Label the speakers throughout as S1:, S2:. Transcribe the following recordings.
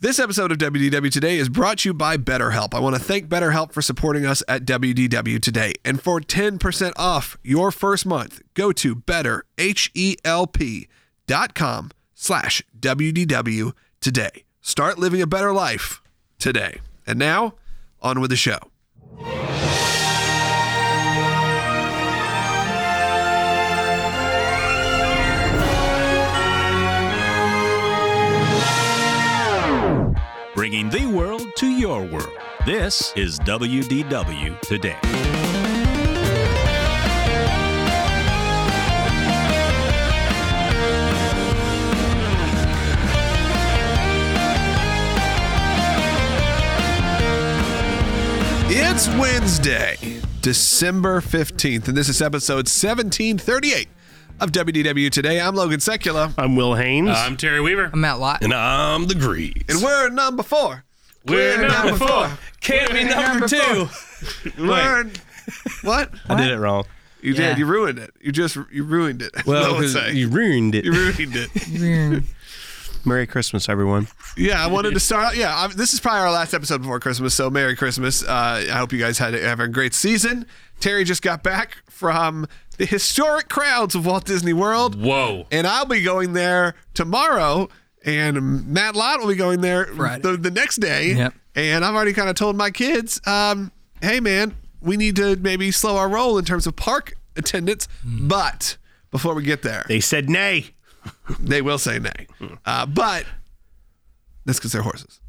S1: This episode of WDW Today is brought to you by BetterHelp. I want to thank BetterHelp for supporting us at WDW Today. And for 10% off your first month, go to betterhelp.com slash WDW today. Start living a better life today. And now, on with the show.
S2: bringing the world to your world. This is WDW Today.
S1: It's Wednesday, December 15th, and this is episode 1738 of WDW Today. I'm Logan Secula,
S3: I'm Will Haynes.
S4: I'm Terry Weaver.
S5: I'm Matt Lott.
S4: And I'm the Grease.
S1: and we're number four.
S4: we're, number four.
S3: can't be number two.
S1: We're what?
S3: I did it wrong.
S1: You
S5: Yeah.
S1: did. You ruined it. You just you ruined it.
S3: Well,
S1: I would
S3: 'cause
S1: say.
S3: you ruined it.
S1: You ruined it.
S3: Merry Christmas, everyone.
S1: Yeah, I wanted to start out. Yeah, I, this is probably our last episode before Christmas, so Merry Christmas. Uh, I hope you guys had have a great season. Terry just got back from the historic crowds of Walt Disney World,
S4: Whoa.
S1: and I'll be going there tomorrow, and Matt Lott will be going there
S5: Friday.
S1: the, the next day.
S5: Yep.
S1: And I've already kind of told my kids, um, hey, man, we need to maybe slow our roll in terms of park attendance, but before we get there,
S3: Mm-hmm. They Hmm. said nay.
S1: they will say nay. Uh, but that's because they're horses.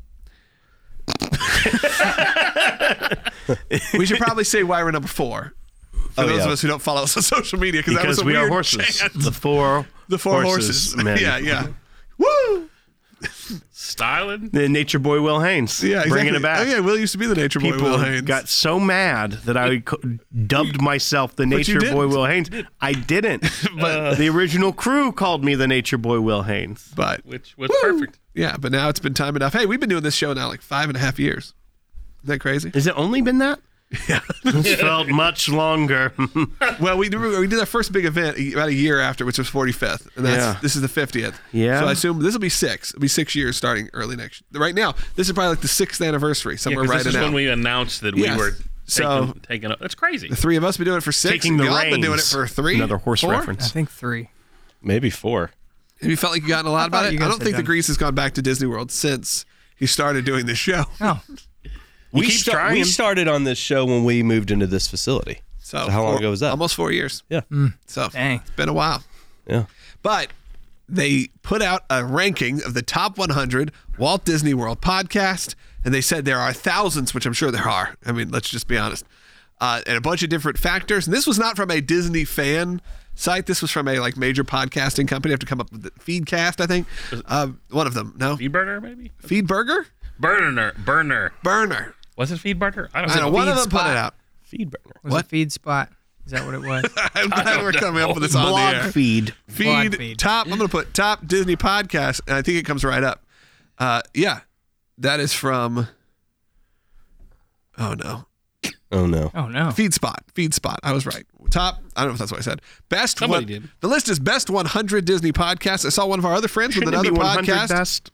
S1: we should probably say why we're number four. For
S3: Oh,
S1: those
S3: yeah.
S1: of us who don't follow us on social media, because that was
S3: Because
S1: a
S3: we
S1: weird
S3: are horses.
S1: chant.
S3: The four.
S1: The four horses.
S3: man.
S1: Yeah, yeah. Woo!
S4: Styling.
S3: The nature boy Will Haynes.
S1: Yeah, exactly.
S3: Bringing it back.
S1: Oh, yeah, Will used to be the nature boy. Will
S3: People
S1: Haynes.
S3: got so mad that I co- dubbed myself the
S1: you
S3: Nature Boy
S1: didn't.
S3: Will Haynes. I didn't. but the original crew called me the Nature Boy Will Haynes.
S1: but
S4: Which was perfect.
S1: yeah, but now it's been time enough. Hey, we've been doing this show now like five and a half years. Isn't that crazy?
S3: Has it only been that? Yeah. It's felt much longer.
S1: Well, we did, we did our first big event a- about a year after, which was 45th, and that's
S3: Yeah.
S1: this is the 50th.
S3: Yeah.
S1: So I assume this will be six. It'll be six years starting early next. Right now, this is probably like the sixth anniversary
S4: Yeah,
S1: somewhere
S4: 'cause
S1: right
S4: this is
S1: now.
S4: when we announced that
S1: Yes.
S4: we were
S1: So-
S4: taking, taking up. That's crazy.
S1: the three of us been doing it for six.
S3: Taking the
S1: Y'all been doing it
S3: reins.
S1: for three.
S3: Another horse
S1: four?
S5: I
S3: reference.
S5: think three.
S6: Maybe four.
S1: Have you felt like you gotten a lot about
S5: thought
S1: it? I
S5: you guys
S1: don't
S5: had
S1: think the
S5: done-
S1: Grease has gone back to Disney World since he started doing this show.
S5: Oh,
S6: We,
S3: keep
S6: start-
S3: trying.
S6: we started on this show when we moved into this facility.
S1: So
S6: how long
S1: four-
S6: ago was that?
S1: Almost four years.
S6: Yeah.
S1: So
S5: Hmm. Dang.
S1: it's been a while.
S6: Yeah.
S1: But they put out a ranking of the top 100 Walt Disney World podcast, and they said there are thousands, which I'm sure there are. I mean, let's just be honest, uh, and a bunch of different factors. And this was not from a Disney fan site. This was from a like major podcasting company. I have to come up with the Feedcast, I think. Um, one of them. No,
S4: Feed burner, maybe?
S1: Feedburger,
S4: Burner. Burner.
S1: Burner.
S4: Was it feed burner? I don't
S1: I
S4: know.
S1: know one of
S5: Feed
S1: them put
S5: Spot.
S1: it out.
S6: Feed burner.
S5: was
S1: What?
S5: it feed spot? Is that what it was?
S1: I'm glad we're coming up with this on the air.
S3: Blog feed.
S1: feed,
S5: Blog feed.
S1: top. I'm going to put top Disney podcast, and I think it comes right up. Uh, yeah, that is from. Oh no,
S6: Oh no.
S5: oh no.
S1: feed spot, feed spot. I was right. Top. I don't know if that's what I said. Best.
S4: Somebody
S1: one-
S4: did.
S1: The list is best 100 Disney podcasts. I saw one of our other friends with
S3: Shouldn't it be
S1: another
S3: 100
S1: podcast.
S3: best?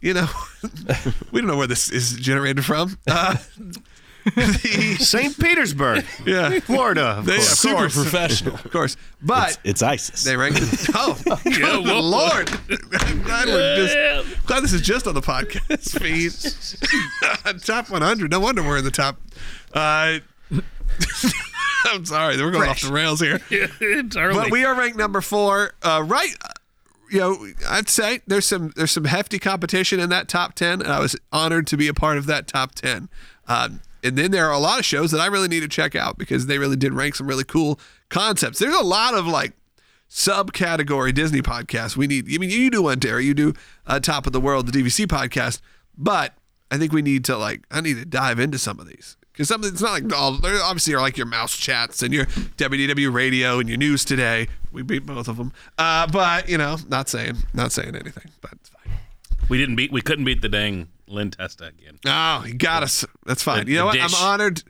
S1: You know, we don't know where this is generated from. Uh, the-
S3: St. Petersburg,
S1: yeah,
S3: Florida. Of
S1: They-
S3: course.
S1: Of
S6: Super
S1: course.
S6: professional.
S1: of course, but.
S6: It's ISIS.
S1: they ranked it. Oh,
S4: Yeah,
S1: good
S4: whoa.
S1: lord! I'm glad we're just Glad this is just on the podcast feed. top 100. No wonder we're in the top. Uh, I'm sorry, we're going off the rails here.
S4: it's early.
S1: But we are ranked number four. Uh, right, uh, you know, I'd say there's some there's some hefty competition in that top ten, and I was honored to be a part of that top ten. Um, and then there are a lot of shows that I really need to check out because they really did rank some really cool concepts. There's a lot of like subcategory Disney podcasts. We need. I mean, you do one, Terry. You do uh, Top of the World, the DVC podcast. But I think we need to like. I need to dive into some of these because some of it's not like all. There obviously are like your mouse chats and your WDW radio and your news today. We beat both of them. Uh, but you know, not saying not saying anything. But it's fine.
S4: We didn't beat. We couldn't beat the dang Lynn Testa again.
S1: Oh, he got us. That's fine.
S4: The-
S1: you know
S4: the
S1: what?
S4: dish.
S1: I'm honored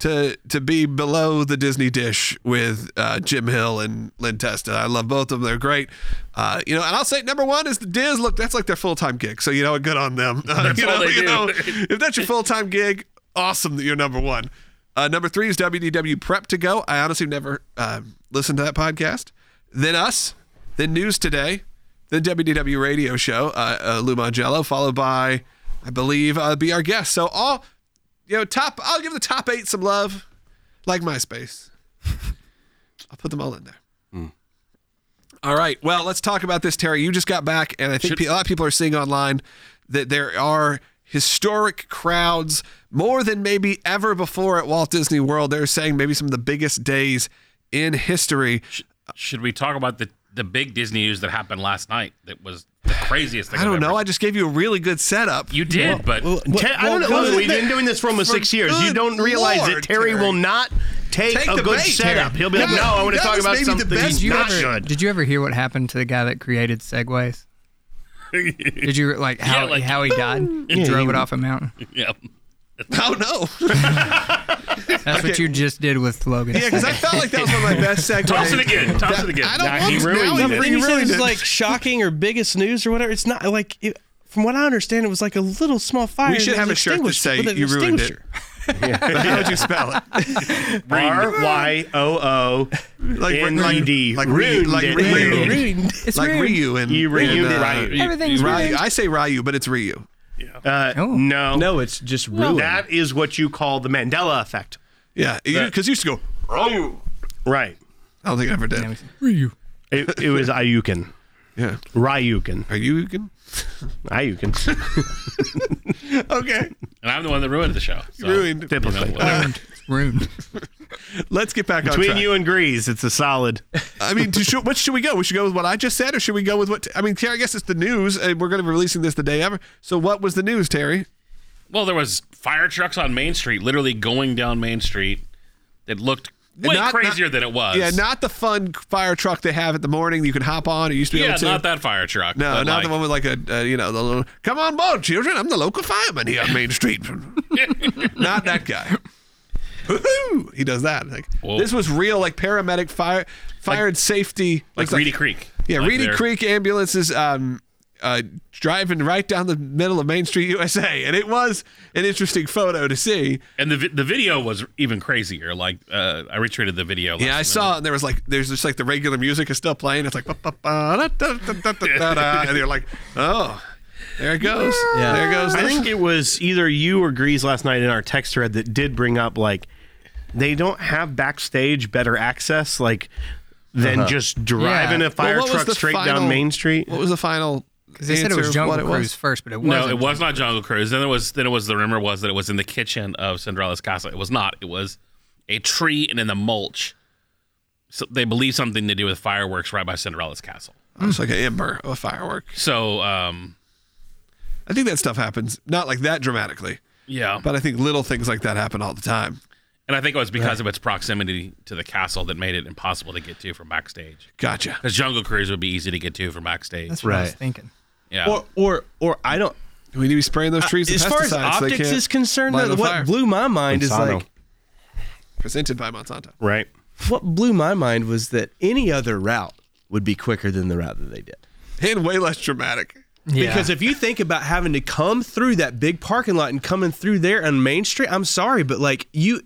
S1: to to be below the Disney dish with uh, Jim Hill and Lynn Testa. I love both of them; they're great. Uh, you know, and I'll say number one is the Diz. Look, that's like their full time gig, so you know, good on them. Uh, you
S4: all
S1: know,
S4: they
S1: you
S4: do.
S1: know, if that's your full time gig, awesome that you're number one. Uh, number three is WDW Prep to Go. I honestly never um, listened to that podcast. Then us, then News Today, then WDW Radio Show, uh, uh, Lou Mangello, followed by, I believe, uh, Be Our Guest. So all, you know, top, I'll give the top eight some love, like MySpace. I'll put them all in there. All right. Well, let's talk about this, Terry. You just got back, and I think pe- a lot of people are seeing online that there are historic crowds more than maybe ever before at Walt Disney World. They're saying maybe some of the biggest days in history.
S4: Should we talk about the the big Disney news that happened last night? That was the craziest thing.
S1: I don't
S4: I've ever-
S1: know. I just gave you a really good setup.
S4: you did, but
S3: Te- I don't know.
S6: well,
S3: Listen, we've
S1: good-
S3: been doing this for almost six years. You
S1: good
S3: don't realize
S1: Lord,
S3: that Terry,
S1: Terry.
S3: will not take,
S1: Take
S3: a
S1: the
S3: good
S1: bait,
S3: setup.
S1: Terry.
S3: He'll be like,
S1: No,
S3: "No, I want to
S1: that
S3: talk
S1: was
S3: about
S1: maybe the
S3: something
S1: best
S3: that's
S1: you
S3: not
S1: ever-
S3: good."
S5: Did you ever hear what happened to the guy that created segways? Did you like how
S4: Yeah, like-
S5: how he died? He drove it off a mountain.
S4: yeah.
S1: Oh no!
S5: That's what you just did with slogans.
S1: yeah, because I felt like that was one of my best segues.
S4: Toss it again. Toss it again.
S1: I don't
S4: Nah,
S1: want
S4: he
S1: to-
S4: ruined
S1: now
S4: it.
S1: I'm
S6: Then
S1: You
S6: you said
S1: ruined
S6: it was
S1: it.
S6: like shocking or biggest news or whatever. It's not like, it, from what I understand, it was like a little small fire.
S1: We should
S6: that
S1: have a
S6: was
S1: shirt that
S6: extinguished
S1: say
S6: with an
S1: you ruined it.
S6: extinguisher.
S1: How would you spell it?
S3: R y o o
S1: Like
S3: N E D.
S1: like Ryu, like
S3: Ruined it.
S1: Ryu,
S3: You
S6: Ruined.
S5: it's
S1: like
S5: ruined.
S1: Ryu and
S3: You
S1: and,
S3: ruined
S1: uh,
S3: Ryu.
S5: Everything's
S1: Ryu.
S5: ruined.
S1: I say Ryu, but it's Ryu.
S3: Uh,
S5: Oh.
S3: No,
S6: No, it's just ruined.
S3: that is what you call the Mandela effect,
S1: Yeah, because you used to go. Ryu.
S3: right?
S1: I don't think I ever did.
S3: It, it was Ayukin,
S1: Yeah.
S3: Ryukin,
S1: Are you can?
S3: Ayukin.
S1: Okay.
S4: And I'm the one that ruined the show. So,
S1: Ruined.
S4: you know,
S3: Typically.
S4: whatever.
S5: It's ruined.
S1: Let's get back on
S3: Between
S1: track.
S3: you and Grease, it's a solid.
S1: I mean, to show, what should we go? We should go with what I just said, or should we go with what? I mean, Terry, I guess it's the news. And we're going to be releasing this the day ever. So, what was the news, Terry?
S4: Well, there was fire trucks on Main Street, literally going down Main Street. It looked way
S1: not-
S4: crazier
S1: not-
S4: than it was.
S1: Yeah, not the fun fire truck they have at the morning. You can hop on. It used to be
S4: yeah,
S1: able to.
S4: not that fire truck.
S1: no,
S4: but
S1: not the one
S4: like-
S1: with like a uh, you know the little come on board, children. I'm the local fireman here on Main Street. not that guy. Woo-hoo! He does that. Like
S4: Whoa.
S1: this was real, like paramedic fire, fire and safety.
S4: like
S1: It's
S4: Reedy Creek.
S1: Yeah,
S4: Like
S1: Reedy
S4: they're-
S1: Creek ambulances um, uh, driving right down the middle of Main Street, USA, and it was an interesting photo to see.
S4: And the vi- the video was even crazier. Like uh, I retweeted the video. Last
S1: Yeah, I saw, it, and there was like, there's just like the regular music is still playing. It's like, "Ba-ba-ba-da-da-da-da-da-da," and you're like, oh, there it goes,
S6: Yeah.
S1: there it goes.
S3: I think it was either you or Grease last night in our text thread that did bring up like they don't have backstage better access like than just driving
S5: Yeah.
S3: a fire
S1: Well, what was
S3: truck
S1: the
S3: straight
S1: final-
S3: down Main Street.
S1: What was the final?
S5: Because they said it was
S1: answer of
S5: Jungle
S1: what
S5: Cruise first, but it wasn't.
S4: No, it was not Jungle Cruise. Then it was then it was the rumor was that it was in the kitchen of Cinderella's castle. It was not. It was a tree and in the mulch. So they believe something to do with fireworks right by Cinderella's castle.
S1: It was like an ember of a firework.
S4: So um
S1: I think that stuff happens, not like that dramatically,
S4: yeah.
S1: but I think little things like that happen all the time.
S4: And I think it was because of its proximity to the castle that made it impossible to get to from backstage.
S1: Gotcha.
S4: Because Jungle Cruise would be easy to get to from backstage.
S5: That's what I was
S6: Right.
S5: thinking.
S4: yeah.
S6: Or, or, or I don't.
S1: We need to be spraying those trees with
S6: Uh, as far as
S1: pesticides so they
S6: optics
S1: can't
S6: is concerned,
S1: light
S6: though,
S1: on
S6: what
S1: fire.
S6: blew my mind is
S3: Monsanto.
S6: like
S1: presented by Monsanto.
S3: Right.
S6: what blew my mind was that any other route would be quicker than the route that they did.
S1: and way less dramatic.
S5: Yeah.
S6: Because if you think about having to come through that big parking lot and coming through there on Main Street, I'm sorry, but like you,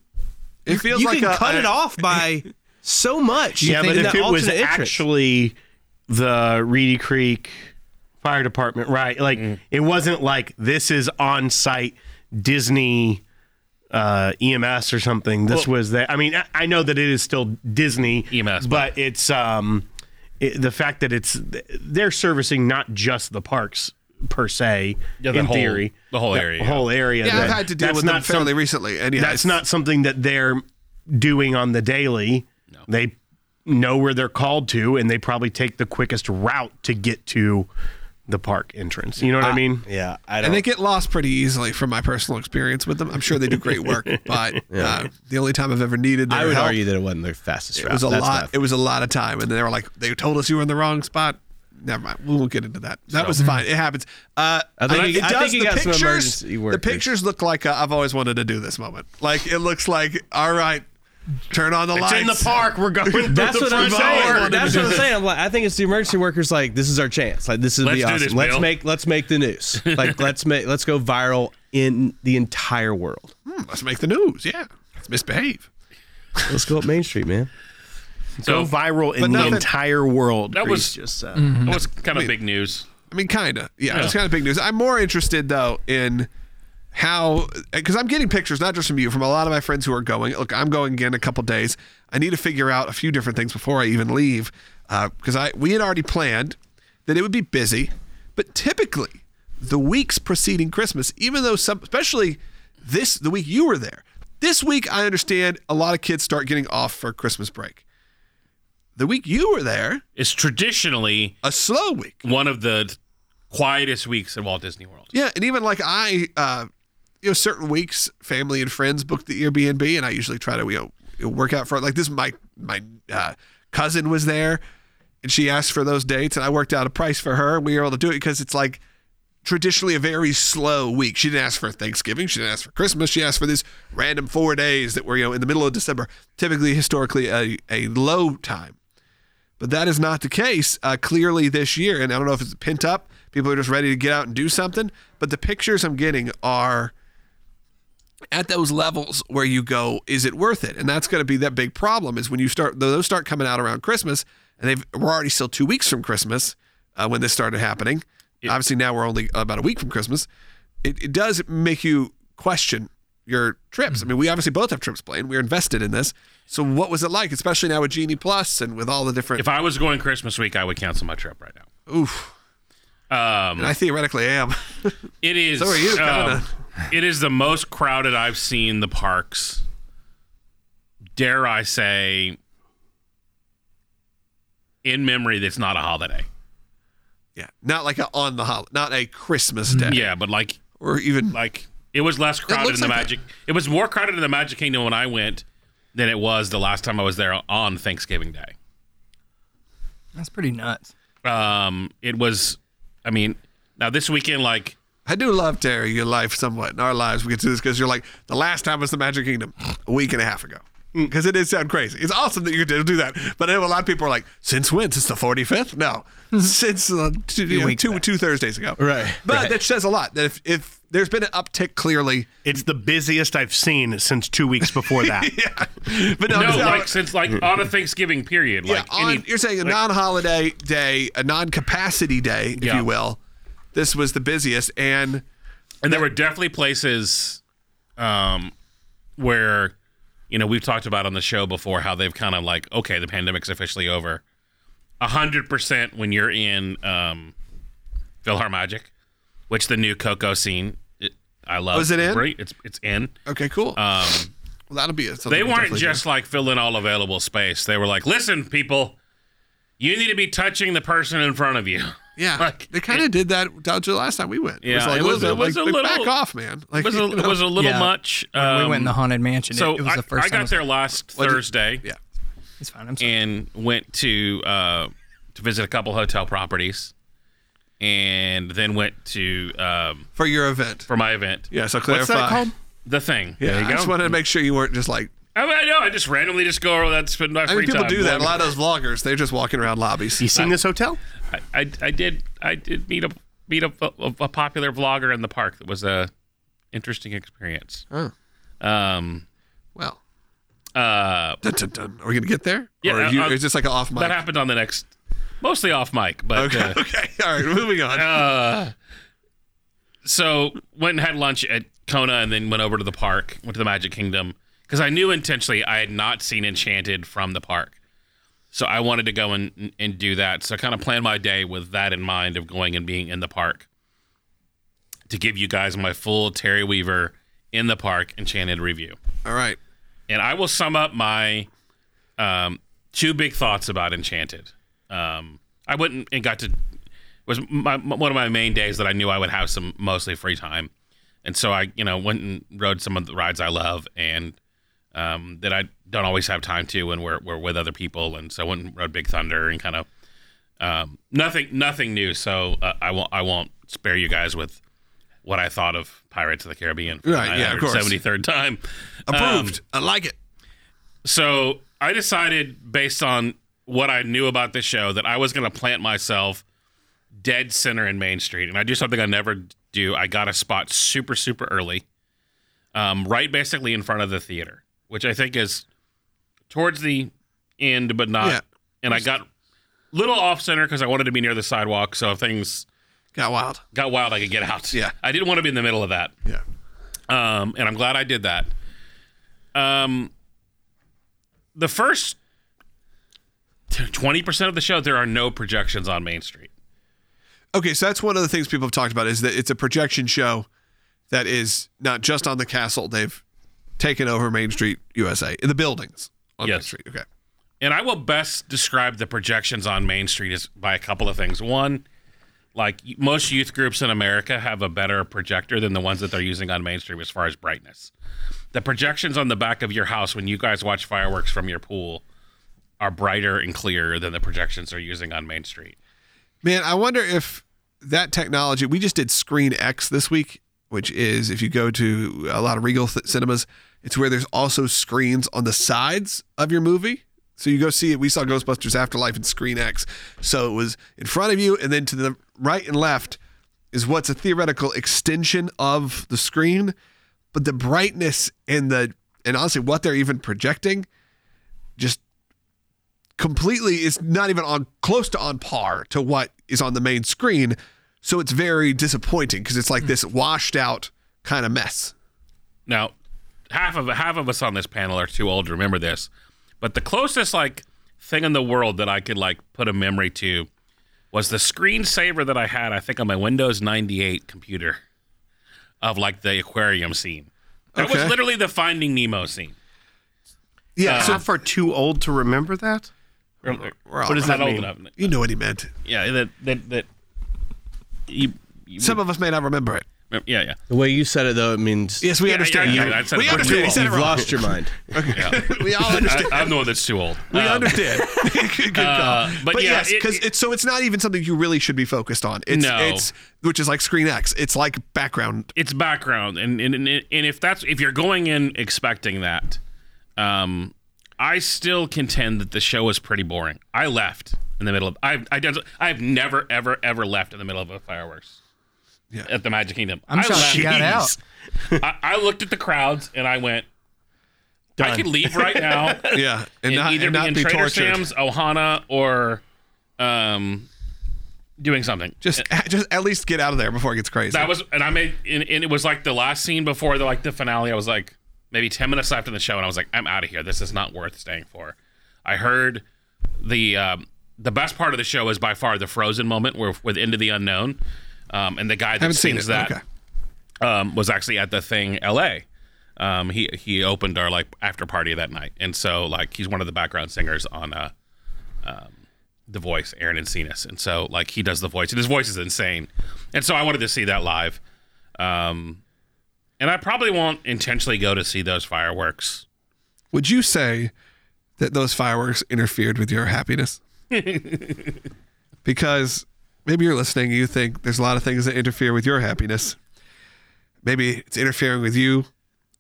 S1: It feels
S6: you
S1: like
S6: can
S1: a-
S6: cut
S1: a-
S6: it off by so much.
S3: Yeah,
S6: in
S3: but if
S6: that
S3: it was
S6: alternate entrance.
S3: actually the Reedy Creek Fire Department, right? Like
S4: Mm.
S3: it wasn't like this is on site Disney uh, EMS or something. This was that. I mean, I- I know that it is still Disney
S4: EMS,
S3: but it's um, it, the fact that it's they're servicing not just the parks per se.
S4: Yeah, the
S3: in
S4: whole-
S3: theory,
S4: the whole area, yeah.
S3: whole area.
S1: Yeah, I've
S3: that-
S1: had to deal
S3: that's
S1: with them
S3: not some-
S1: fairly recently, and yeah, it's-
S3: that's not something that they're doing on the daily. They know where they're called to, and they probably take the quickest route to get to the park entrance. You know what I mean?
S6: yeah, I don't.
S1: And they get lost pretty easily from my personal experience with them. I'm sure they do great work, but uh, the only time I've ever needed their
S6: I would
S1: help,
S6: argue that it wasn't their fastest route.
S1: it was a
S6: That's
S1: lot.
S6: not-
S1: It was a lot of time, and they were like, they told us you were in the wrong spot. never mind. We won't get into that. That was fine. It happens. Uh, I
S6: think he-
S1: it
S6: I think
S1: does.
S6: he
S1: the
S6: got some
S1: pictures.
S6: emergency work
S1: The pictures look like uh, I've always wanted to do this moment. Like it looks like all right. Turn on the lights.
S3: in the park. We're going. through
S6: That's
S3: the
S6: what I'm
S3: front door.
S6: saying. That's what I'm saying. I'm like, I think it's the emergency workers. Like, this is our chance. Like, this is
S4: Let's
S6: be
S4: do
S6: awesome.
S4: this,
S6: let's
S4: Bill.
S6: make let's make the news. Like, let's make let's go viral in the entire world.
S1: Hmm, let's make the news. Yeah, let's misbehave.
S6: Let's go up Main Street, man.
S4: So
S3: Go viral in the
S1: nothing-
S3: entire world.
S4: That was-
S3: Reese just uh,
S4: that was kind of big news.
S1: I mean, kind of. Yeah, it's kind of big news. I'm more interested though in how because I'm getting pictures not just from you, from a lot of my friends who are going. Look, I'm going again in a couple days. I need to figure out a few different things before I even leave because I we had already planned that it would be busy, but typically the weeks preceding Christmas, even though some, especially this the week you were there. This week, I understand a lot of kids start getting off for Christmas break. The week you were there,
S4: It's traditionally
S1: a slow week.
S4: one of the quietest weeks at Walt Disney World.
S1: Yeah, and even like I, uh, you know, certain weeks, family and friends book the Airbnb, and I usually try to you know work out for it. Like this, my my uh, cousin was there, and she asked for those dates, and I worked out a price for her. and We were able to do it because it's like traditionally a very slow week. She didn't ask for Thanksgiving, she didn't ask for Christmas, she asked for these random four days that were you know in the middle of December, typically historically a, a low time. But that is not the case uh, clearly this year. And I don't know if it's pent up. People are just ready to get out and do something. But the pictures I'm getting are at those levels where you go, is it worth it? And that's going to be that big problem is when you start, those start coming out around Christmas and they've, we're already still two weeks from Christmas uh, when this started happening. Obviously now we're only about a week from Christmas. It, it does make you question your trips. I mean, we obviously both have trips planned. We're invested in this. So what was it like, especially now with Genie Plus and with all the different
S4: If I was going Christmas week, I would cancel my trip right now.
S1: Oof. Um, I theoretically am.
S4: It is.
S1: are you,
S4: um,
S1: kinda.
S4: it is the most crowded I've seen the parks. Dare I say, in memory, that's not a holiday.
S1: yeah, not like a on the holiday, not a Christmas day.
S4: Mm-hmm. Yeah, but like,
S1: or even
S4: like it was less crowded
S1: looks
S4: in the
S1: like that.
S4: Magic. It was more crowded in the Magic Kingdom when I went than it was the last time I was there on Thanksgiving Day.
S5: That's pretty nuts.
S4: Um, it was. I mean, now this weekend, like
S1: I do love Terry. Your life somewhat in our lives, we get to this because you're like the last time was the Magic Kingdom a week and a half ago.
S4: Mm.
S1: Because it did sound crazy. It's awesome that you did do that, but I know a lot of people are like, "Since when? Since the 45th? No,
S4: Mm-hmm.
S1: since uh, two, you know,
S5: weeks
S1: two,
S5: back.
S1: two Thursdays ago."
S6: Right,
S1: But that says a lot. That if, if there's been an uptick, clearly,
S3: it's the busiest I've seen since two weeks before that.
S1: yeah. But no,
S4: no,
S1: it's not-
S4: like since like on a Thanksgiving period, like
S1: yeah, on,
S4: any-
S1: you're saying a non-holiday day, a non-capacity day, if
S4: Yeah.
S1: you will. This was the busiest, and
S4: and there were definitely places um where you know we've talked about on the show before how they've kind of like okay the pandemic's officially over a hundred percent when you're in um PhilharMagic which the new Coco scene it, I love
S5: Oh,
S1: Was it in?
S4: Great, it's it's in
S1: okay, cool. Um, well, that'll be it.
S4: they weren't just like filling all available space they were like listen people you need to be touching the person in front of you
S1: yeah.
S4: like,
S1: they kind of did that Dodge last time we went.
S4: Yeah,
S1: it was like,
S4: it was-
S1: Elizabeth,
S4: it was
S1: like,
S4: a
S1: like, back
S4: little-
S1: off, man. Like
S4: it was a,
S1: you know,
S4: it was a little
S5: Yeah.
S4: much
S5: we went in the
S4: um,
S5: haunted mansion. It-
S4: so
S5: it, was
S4: I,
S5: the first
S4: I
S5: time
S4: got
S5: was
S4: there
S5: like,
S4: last
S1: did-
S4: Thursday
S1: yeah.
S5: It's fine. I'm sorry.
S4: and went to uh, to visit a couple hotel properties, and then went to um,
S1: for your event.
S4: for my event.
S1: yeah, so clarify.
S4: The thing.
S1: Yeah, I just wanted to make sure you weren't just like.
S4: I, mean, I know. I just randomly just go. Oh, that's been my
S1: I
S4: free
S1: mean, people
S4: time.
S1: do that. A lot of those vloggers, they're just walking around lobbies.
S3: You seen this hotel?
S4: I, I, I did. I did meet a meet a, a, a popular vlogger in the park. That was a interesting experience.
S1: Oh.
S4: Um.
S1: Well,
S4: Uh.
S1: dun, dun, dun. are we gonna get there?
S4: Yeah,
S1: or are you,
S4: uh, uh,
S1: it's just like an off mic.
S4: That happened on the next, mostly off mic, but.
S1: okay,
S4: Uh,
S1: okay, all right, moving on.
S4: so went and had lunch at Kona and then went over to the park, went to the Magic Kingdom because I knew intentionally I had not seen Enchanted from the park. So I wanted to go and and do that. So I kind of planned my day with that in mind of going and being in the park to give you guys my full Terry Weaver in the park Enchanted review.
S1: all right,
S4: And I will sum up my um, two big thoughts about Enchanted. Um, I went and- and got to was my, m- one of my main days that I knew I would have some mostly free time, and so I you know went and rode some of the rides I love and um, that I don't always have time to when we're we're with other people, and so I went and rode Big Thunder and kind of Um, nothing, nothing new. So uh, I won't, I won't spare you guys with what I thought of Pirates of the Caribbean. for
S1: Right, yeah, of course.
S4: Seventy third time. Um,
S1: Approved. I like it.
S4: so I decided, based on what I knew about the show, that I was going to plant myself dead center in Main Street, and I do something I never do. I got a spot super, super early, um, right, basically in front of the theater, which I think is towards the end, but not.
S1: Yeah.
S4: And I got little off center because I wanted to be near the sidewalk, so if things
S1: Got wild.
S4: got wild, I could get out.
S1: Yeah.
S4: I didn't want to be in the middle of that.
S1: Yeah.
S4: Um, and I'm glad I did that. Um, the first 20% of the show, there are no projections on Main Street.
S1: Okay, so that's one of the things people have talked about is that it's a projection show that is not just on the castle. They've taken over Main Street USA in the buildings on Main
S4: Yes.
S1: Street. Okay.
S4: And I will best describe the projections on Main Street is by a couple of things. One, like y- most youth groups in America have a better projector than the ones that they're using on Main Street as far as brightness. The projections on the back of your house when you guys watch fireworks from your pool are brighter and clearer than the projections they're using on Main Street.
S1: Man, I wonder if that technology. We just did Screen X this week, which is if you go to a lot of Regal th- cinemas, it's where there's also screens on the sides of your movie. So you go see it. We saw Ghostbusters Afterlife in Screen X. So it was in front of you, and then to the right and left is what's a theoretical extension of the screen, but the brightness and the and honestly what they're even projecting just completely it's not even on close to on par to what is on the main screen so it's very disappointing because
S4: Hmm.
S1: it's like this washed out kind of mess
S4: Now, half of half of us on this panel are too old to remember this, but the closest like thing in the world that I could like put a memory to was the screensaver that I had, I think, on my Windows 98 computer of like the aquarium scene. That
S1: Okay.
S4: was literally the Finding Nemo scene.
S1: yeah so
S3: Not for too old to remember that.
S1: we're all
S3: What does
S1: right.
S3: that
S4: Not old
S3: mean?
S4: enough.
S1: you know what he meant
S4: Yeah, that that that. You, you
S1: some of us may not remember it
S4: yeah yeah.
S6: The way you said it, though, it means
S1: yes we
S4: Yeah,
S1: understand
S4: yeah,
S1: you.
S4: yeah, I said
S1: we
S4: it.
S1: understand he said it
S6: you've
S1: wrong
S6: lost your mind.
S1: we all understand
S4: I, I'm the one that's too old.
S1: we
S4: Um,
S1: understand good call
S4: uh, but,
S1: but,
S4: yeah,
S1: yes
S4: it-
S1: because
S4: it-
S1: it's so it's not even something you really should be focused on it's
S4: No.
S1: it's which is like screen x it's like background
S4: it's background and and, and and if that's if you're going in expecting that um i still contend that the show was pretty boring i left in the middle of i've I don't, i've never ever ever left in the middle of a fireworks
S1: Yeah.
S4: at the magic kingdom
S5: I'm
S4: I
S5: shocked
S4: left.
S5: you got
S3: Jeez.
S5: out.
S4: I, I looked at the crowds and i went i
S3: Done.
S4: could leave right now and,
S1: yeah and, not,
S4: either
S1: and
S4: be
S1: not
S4: in
S1: be
S4: trader
S1: tortured
S4: sam's ohana or um doing something
S1: just just at least get out of there before it gets crazy
S4: That was, and I made, and, and it was like the last scene before the like the finale. I was like, maybe ten minutes left in the show, and I was like, I'm out of here. This is not worth staying for. I heard the um, the best part of the show is by far the Frozen moment, where with Into the Unknown, um, and the guy that
S1: haven't seen
S4: sings
S1: it
S4: that
S1: okay
S4: um, was actually at the thing L.A. Um, he he opened our like after party that night, and so like he's one of the background singers on uh, um, the voice, Aaron Encinas, and so like he does the voice, and his voice is insane, and so I wanted to see that live, um, and I probably won't intentionally go to see those fireworks.
S1: Would you say that those fireworks interfered with your happiness? because maybe you're listening, you think there's a lot of things that interfere with your happiness. Maybe it's interfering with you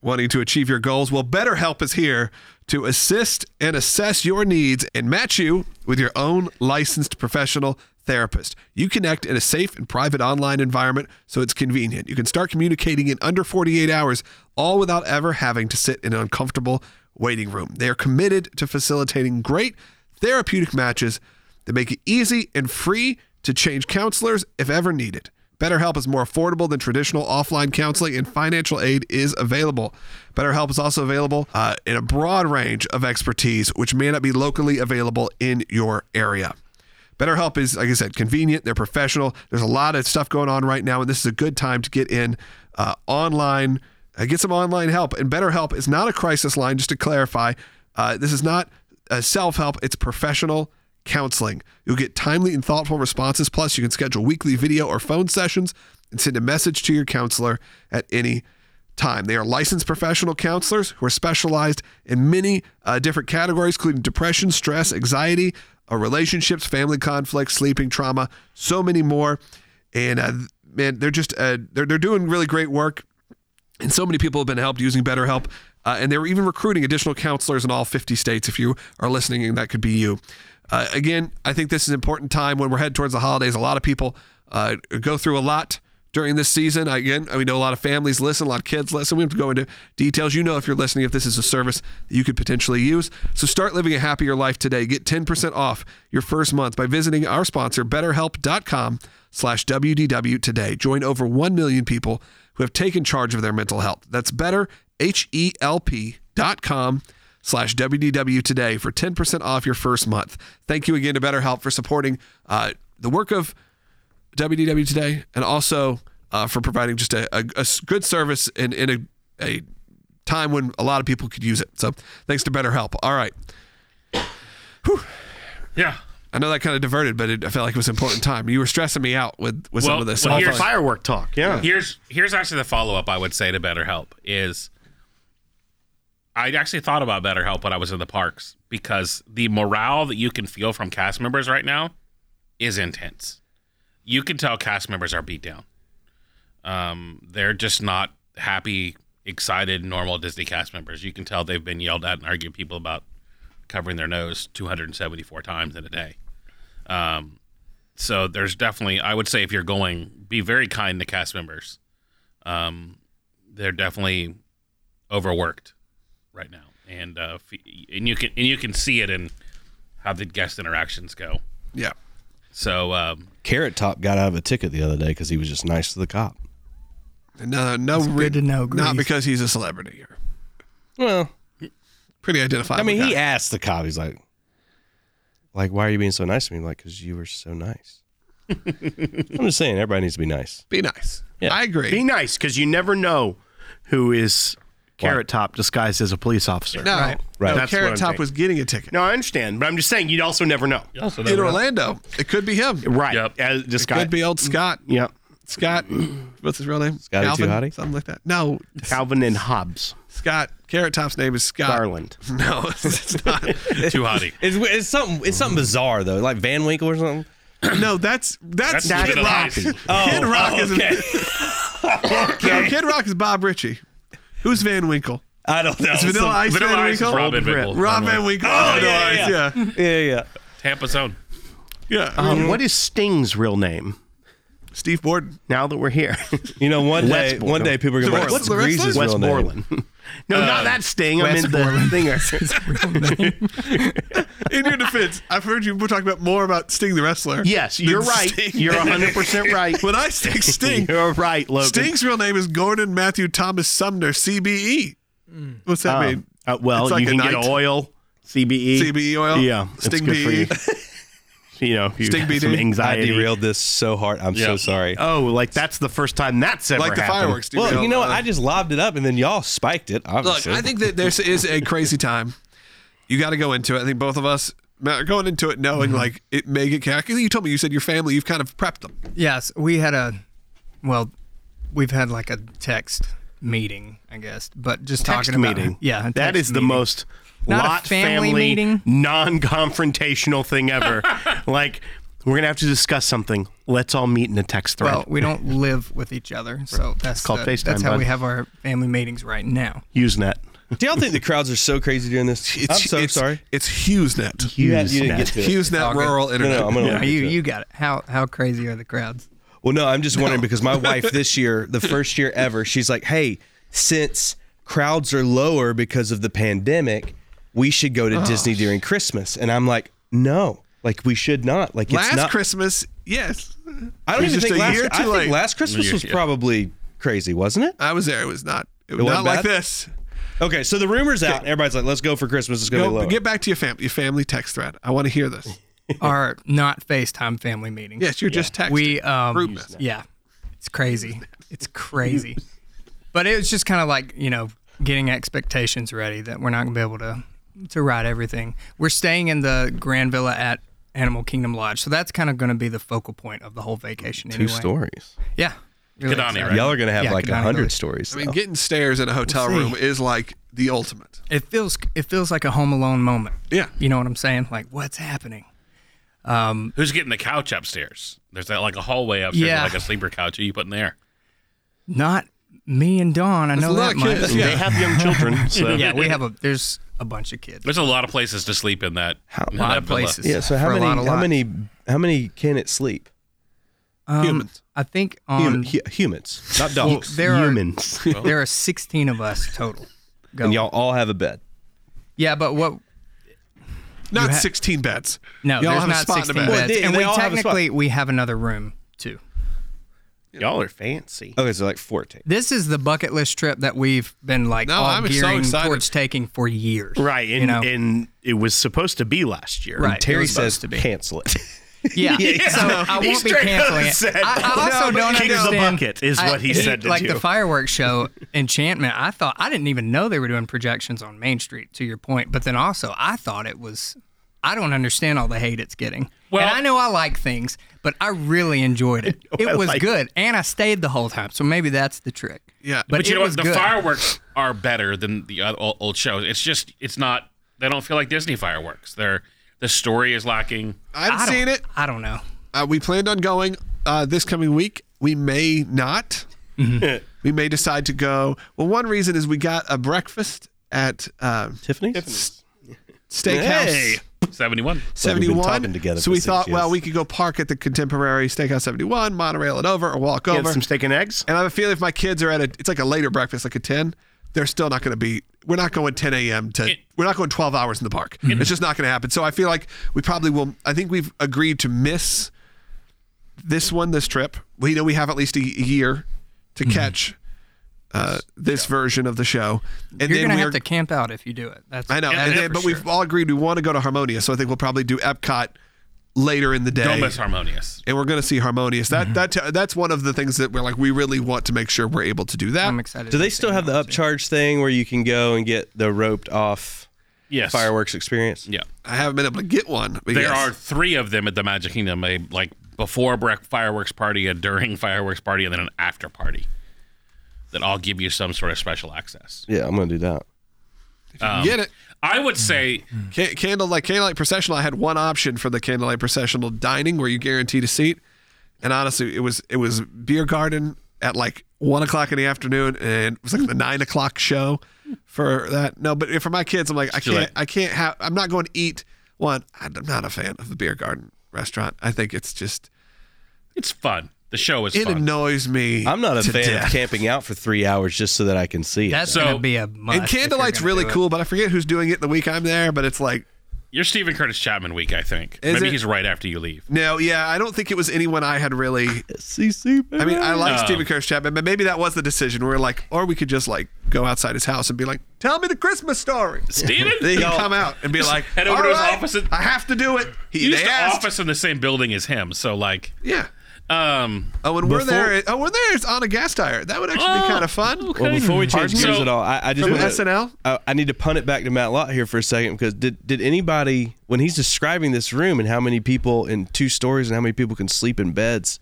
S1: wanting to achieve your goals. Well, BetterHelp is here to assist and assess your needs and match you with your own licensed professional therapist. You connect in a safe and private online environment so it's convenient. You can start communicating in under 48 hours, all without ever having to sit in an uncomfortable waiting room. They are committed to facilitating great therapeutic matches that make it easy and free to change counselors if ever needed. BetterHelp is more affordable than traditional offline counseling, and financial aid is available. BetterHelp is also available uh, in a broad range of expertise, which may not be locally available in your area. BetterHelp is, like I said, convenient. They're professional. There's a lot of stuff going on right now, and this is a good time to get in uh, online, uh, get some online help. And BetterHelp is not a crisis line, just to clarify. Uh, this is not uh, self help, it's professional counseling. You'll get timely and thoughtful responses. Plus, you can schedule weekly video or phone sessions and send a message to your counselor at any time. They are licensed professional counselors who are specialized in many uh, different categories, including depression, stress, anxiety, uh, relationships, family conflicts, sleeping trauma, so many more. And uh, man, they're just uh, they're they're doing really great work. And so many people have been helped using BetterHelp. Uh, and they were even recruiting additional counselors in all 50 states. If you are listening, and that could be you. Uh, again, I think this is an important time when we're headed towards the holidays. A lot of people uh, go through a lot during this season. Again, we know a lot of families listen, a lot of kids listen. We have to go into details. You know, if you're listening, if this is a service that you could potentially use. So start living a happier life today. Get 10% off your first month by visiting our sponsor, betterhelp.com slash WDW today. Join over 1 million people who have taken charge of their mental health. That's better, H-E-L-P dot com slash WDW today for 10% off your first month. Thank you again to BetterHelp for supporting uh, the work of WDW today, and also uh, for providing just a, a- a s- good service in, in a, a time when a lot of people could use it. So thanks to BetterHelp. All right.
S4: Yeah.
S1: I know that kind of diverted, but it, I felt like it was an important time. You were stressing me out with, with some
S4: Well,
S1: of this.
S4: well,
S1: All
S4: here's-
S1: fine.
S3: Firework talk. Yeah.
S4: Here's here's actually the follow up I would say to BetterHelp is I actually thought about BetterHelp when I was in the parks because the morale that you can feel from cast members right now is intense. You can tell cast members are beat down. Um, they're just not happy, excited, normal Disney cast members. You can tell they've been yelled at and argued people about covering their nose 274 times in a day. Um, so there's definitely, I would say, if you're going, be very kind to cast members. Um, they're definitely overworked right now, and uh, f- and you can and you can see it in how the guest interactions go.
S1: yeah.
S4: So um,
S7: Carrot Top got out of a ticket the other day because he was just nice to the cop.
S1: No, uh, no,
S5: good
S1: re-
S5: to know,
S1: Not
S5: Grease.
S1: because he's a celebrity. You're
S7: Well,
S1: pretty identifiable.
S7: I mean,
S1: guy.
S7: he asked the cop. He's like, like, why are you being so nice to me? I'm like, because you were so nice. I'm just saying, everybody needs to be nice.
S1: be nice.
S7: Yeah.
S1: I agree.
S3: Be nice because you never know who is Carrot Top disguised as a police officer.
S1: no,
S7: Right.
S1: no,
S3: That's what
S1: Carrot
S3: I'm
S1: Top
S3: thinking.
S1: was getting a ticket
S3: No, I understand, but I'm just saying you'd also never know.
S1: in Orlando. It could be him.
S3: Right.
S4: Yep.
S3: As disguised.
S1: Could be old Scott.
S3: Yep.
S1: Scott, what's his real name?
S7: Scotty
S1: Calvin,
S7: Too Hotty?
S1: something like that. No,
S3: Calvin and Hobbes.
S1: Scott. Carrot Top's name is Scott.
S3: Garland.
S1: No, it's not.
S4: too hotty.
S7: It's, it's something. It's something bizarre though, like Van Winkle or something.
S1: No, that's that's,
S4: That's
S1: Kid
S4: Kid
S1: Rock.
S4: Rock.
S1: Kid Rock is
S7: okay.
S1: no, Kid Rock is Bob Ritchie. Who's Van Winkle?
S7: I don't know.
S1: Vanilla
S7: Some-
S1: Ice
S4: Vanilla
S1: Van
S4: Ice is
S1: Winkle.
S4: Robin Winkle.
S1: Rob
S4: Van
S1: Van Winkle.
S7: Oh,
S1: Vanilla
S7: yeah, yeah,
S1: Ice, yeah.
S7: yeah, yeah.
S4: Tampa's own.
S1: Yeah.
S3: Um, what is Sting's real name?
S1: Steve Borden.
S3: Now that we're here,
S7: You know, one day,
S3: Westboro.
S7: one day people are gonna. be like,
S1: West- West-
S7: What's Grease's
S3: West
S7: real name?
S3: Borland. no,
S1: Um,
S3: not that Sting. I meant the thinger.
S1: In your defense, I've heard you talk about more about Sting the wrestler.
S3: yes,
S1: than
S3: you're right.
S1: Sting.
S3: You're 100 percent right.
S1: When I say Sting,
S3: You're right, Logan.
S1: Sting's real name is Gordon Matthew Thomas Sumner, CBE. What's that
S3: Oh.
S1: mean?
S3: Uh, well,
S1: It's like
S3: you
S1: a
S3: can get
S1: knight.
S3: oil, CBE,
S1: CBE oil?
S3: Yeah, it's
S1: Sting E?
S3: good for
S1: BE.
S3: you. you know, if you
S1: Sting
S3: have
S1: BD.
S3: some
S1: I
S7: I
S3: anxiety.
S7: derailed this so hard. I'm so
S4: Yeah.
S7: sorry.
S3: Oh, like that's the first time that's ever
S1: Like the
S3: happened.
S1: fireworks. dude.
S7: well,
S1: don't-
S7: you know, what?
S1: uh,
S7: I just lobbed it up, and then y'all spiked it.
S1: Look,
S7: Obviously,
S1: I think that this is a crazy time. You got to go into it. I think both of us are going into it knowing
S3: Mm-hmm.
S1: like it may get chaotic. You told me you said your family. You've kind of prepped them.
S5: Yes, we had a, well, we've had like a text meeting, I guess, but just
S3: Text
S5: talking about
S3: meeting.
S5: yeah, a
S3: that
S5: text
S3: is the
S5: meeting.
S3: most
S5: Not a
S3: lot
S5: family meeting.
S3: non-confrontational thing ever. like we're gonna have to discuss something. Let's all meet in a text thread.
S5: Well, we don't live with each other, so that's
S3: called
S5: the,
S3: FaceTime,
S5: That's how
S3: bud.
S5: we have our family meetings right now.
S3: Usenet.
S7: Do y'all think the crowds are so crazy during this? I'm so
S1: it's,
S7: sorry.
S1: It's HughesNet.
S7: You, had, you didn't get to it.
S1: HughesNet Rural
S7: No,
S1: Internet.
S7: no, I'm gonna. let
S5: Now, you
S7: you get to it.
S5: you got it. How how crazy are the crowds?
S7: Well, no, I'm just wondering because my wife this year, the first year ever, she's like, "Hey, since crowds are lower because of the pandemic, we should go to Disney during Christmas." And I'm like, "No." Like we should not. Like it's
S1: Last
S7: not.
S1: Christmas, yes,
S7: I don't
S1: was
S7: even
S1: just
S7: think
S1: a
S7: last.
S1: year
S7: I
S1: too
S7: think
S1: late.
S7: last Christmas was probably crazy, wasn't it?
S1: I was there. It was not. It was
S7: wasn't
S1: not like
S7: bad?
S1: this.
S7: Okay, so the rumors out. Everybody's like, "Let's go for Christmas. It's gonna be
S1: Go
S7: lower."
S1: get back to your family. Your family text thread. I want to hear this.
S5: Our not FaceTime family meetings.
S1: Yes, you're just texting.
S5: we um
S1: Group message.
S5: yeah it's crazy it's crazy but it was just kind of like you know getting expectations ready that we're not going to be able to to ride everything we're staying in the grand villa at animal kingdom lodge so that's kind of going to be the focal point of the whole vacation
S7: two
S5: anyway.
S7: stories.
S5: yeah really
S4: Kidani,
S5: excited.
S4: right?
S7: Y'all are gonna have
S5: Yeah,
S7: like
S5: Kidani
S7: a hundred
S5: Village.
S7: stories.
S1: I mean,
S7: though.
S1: getting stairs in a hotel
S5: We'll
S1: room
S5: see.
S1: is like the ultimate.
S5: it feels it feels like a home alone moment
S1: Yeah.
S5: you know what i'm saying like what's happening Um,
S4: Who's getting the couch upstairs? There's that like a hallway upstairs,
S5: Yeah.
S4: like a sleeper couch. Who you putting there?
S5: Not me and Dawn. I know
S1: lot
S5: that
S1: of
S5: much.
S1: kids,
S3: They have young children, so
S5: yeah, we have a. There's a bunch of kids.
S4: There's a lot of places to sleep in that.
S7: How-
S4: in
S5: A lot
S4: that
S5: of
S4: villa.
S5: places.
S7: Yeah. So how
S5: for a
S7: many?
S5: lot, a
S7: How
S5: lot.
S7: many? How many can it sleep?
S5: Um,
S1: humans?
S5: I think
S7: Human,
S5: on
S7: hu- humans, not
S5: well,
S7: dogs.
S5: there are
S3: humans.
S5: there are 16 of us total. Go.
S7: and y'all all have a bed.
S5: yeah, but what?
S1: Not
S5: ha-
S1: 16 beds.
S5: No,
S1: Y'all
S5: there's
S1: have a
S5: not
S1: spot in the
S5: 16
S1: back.
S5: beds,
S7: Well, they-
S5: and
S7: they
S5: we
S7: all have a spot.
S5: technically we have another room too.
S3: Y'all are fancy.
S7: Okay, so like fourteen.
S5: This is the bucket list trip that we've been like
S1: No,
S5: all
S1: I'm so
S5: gearing
S1: excited.
S5: towards taking for years.
S3: Right, and,
S5: you know,
S3: and it was supposed to be last year.
S5: Right. It
S7: Terry
S5: was
S7: says
S5: supposed to be.
S7: cancel it.
S5: Yeah. So I
S3: He
S5: won't be
S3: straight up
S5: canceling it.
S3: said
S5: I, I
S3: that.
S5: also
S3: No,
S5: don't
S3: kick the
S5: understand.
S3: bucket is
S5: I-
S3: what he said to
S5: Like
S3: do.
S5: the fireworks show enchantment, I thought I didn't even know they were doing projections on Main Street. To your point, but then also I thought it was. I don't understand all the hate it's getting.
S4: Well-
S5: and I know I like things, but I really enjoyed it.
S3: I
S5: It was
S3: like
S5: good, and I stayed the whole time. So maybe that's the trick.
S1: Yeah.
S5: but,
S1: But
S4: But you
S5: it
S4: know what?
S5: was
S4: The
S5: good.
S4: fireworks are better than the other old, old shows. It's just it's not. They don't feel like Disney fireworks. They're the story is lacking.
S1: I haven't
S5: I don't-
S1: seen it.
S5: I don't know.
S1: Uh, we planned on going uh, this coming week. We may not.
S5: Mm-hmm.
S1: we may decide to go. Well, one reason is we got a breakfast at uh,
S7: Tiffany's.
S1: Steakhouse
S4: Seventy one.
S7: Well, we've been
S1: 71.
S7: talking together
S1: so
S7: for
S1: we
S7: six
S1: thought,
S7: years.
S1: well, we could go park at the Contemporary Steakhouse 71, monorail it over, or walk
S3: Get
S1: over.
S3: some steak and eggs.
S1: and I have a feeling if my kids are at a, it's like a later breakfast, like a 10, they're still not going to be, we're not going 10 a.m. to, we're not going 12 hours in the park. it's just not going to happen. So I feel like we probably will, I think we've agreed to miss this one, this trip. We know we have at least a, y- a year to
S5: Mm-hmm.
S1: catch uh, this version of the show. And
S5: You're gonna
S1: we
S5: have
S1: are-
S5: to camp out if you do it. That's
S1: I know,
S5: that
S1: and
S5: is
S1: then-
S5: for
S1: but
S5: sure.
S1: we've all agreed we want to go to Harmonia, so I think we'll probably do Epcot later in the day,
S4: Don't miss Mm-hmm. harmonious.
S1: and we're going to see Harmonious. That that that's one of the things that we're like we really want to make sure we're able to do that.
S5: I'm excited.
S7: Do they
S5: to see
S7: still have the
S5: that one, too.
S7: upcharge thing where you can go and get the roped off
S4: Yes.
S7: fireworks experience?
S4: Yeah.
S1: I haven't been able to get one. but
S4: There
S1: yes.
S4: are three of them at the Magic Kingdom. A like before break fireworks party, a during fireworks party, and then an after party. That all give you some sort of special access.
S7: Yeah, I'm gonna do that.
S4: um,
S1: get it.
S4: I would say
S1: Ca- candlelight candlelight processional. I had one option for the candlelight processional dining where you guaranteed a seat, and honestly, it was it was beer garden at like one o'clock in the afternoon, and it was like the nine o'clock show for that. No, but for my kids, I'm like I
S4: too late.
S1: can't I can't have I'm not going to eat one. I'm not a fan of the beer garden restaurant. I think it's just
S4: it's fun. The show is
S1: it
S4: fun.
S1: annoys me.
S7: I'm not a
S1: to
S7: fan of
S1: death.
S7: camping out for three hours just so that I can see it.
S5: That's
S4: So-
S5: gonna be a must.
S1: And
S5: if you're
S1: candlelight's
S5: gonna
S1: really
S5: do it.
S1: cool, but I forget who's doing it the week I'm there. But it's like
S4: You're Stephen Curtis Chapman week, I think.
S1: Is
S4: Maybe
S1: it?
S4: he's right after you leave.
S1: no, yeah, I don't think it was anyone I had really
S7: CC.
S1: I mean, I like
S4: No.
S1: Stephen Curtis Chapman, but maybe that was the decision. We're like, or we could just like go outside his house and be like, "Tell me the Christmas story."
S4: Steven?
S1: Then he'd come out and be like,
S4: Head over
S1: "All
S4: to his
S1: right,
S4: office and-
S1: I have to do it." He
S4: You
S1: they
S4: used to
S1: asked.
S4: office in the same building as him, so like
S1: Yeah.
S4: um
S1: Oh, when we're there, oh, when there's on a gas tire. That would actually
S4: Oh,
S1: be kind of fun.
S7: Well, before we change
S4: Pardon?
S7: gears
S4: So-
S7: at all, I, I just
S1: From
S7: wanna-
S1: SNL?
S7: I, I need to punt it back to Matt Lott here for a second because did did anybody when he's describing this room and how many people in two stories and how many people can sleep in beds?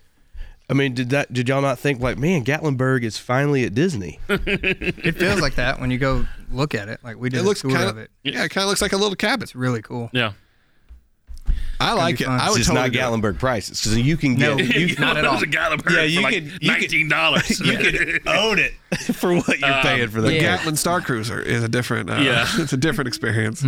S7: I mean, did that did y'all not think like, man, Gatlinburg is finally at Disney?
S5: It feels like that when you go look at it. Like we did
S1: It
S5: a
S1: looks
S5: tour
S1: kind
S5: of
S1: of
S5: it.
S1: yeah, it kind of looks like a little cabin.
S5: It's really cool.
S4: yeah.
S1: I like
S5: be
S1: it.
S5: fun.
S1: I would
S7: It's
S1: totally
S7: not
S1: do it.
S7: Gatlinburg prices because you can
S5: No.
S7: get you,
S5: Not at
S4: It was
S5: all.
S4: a Gatlinburg
S7: Yeah,
S4: for,
S7: you
S4: like,
S7: could- you could-
S4: nineteen dollars.
S7: you can own it for what you're paying
S3: Um,
S7: for that.
S5: yeah.
S1: Gatlin Star Cruiser is a different. Uh,
S4: Yeah.
S1: it's a different experience.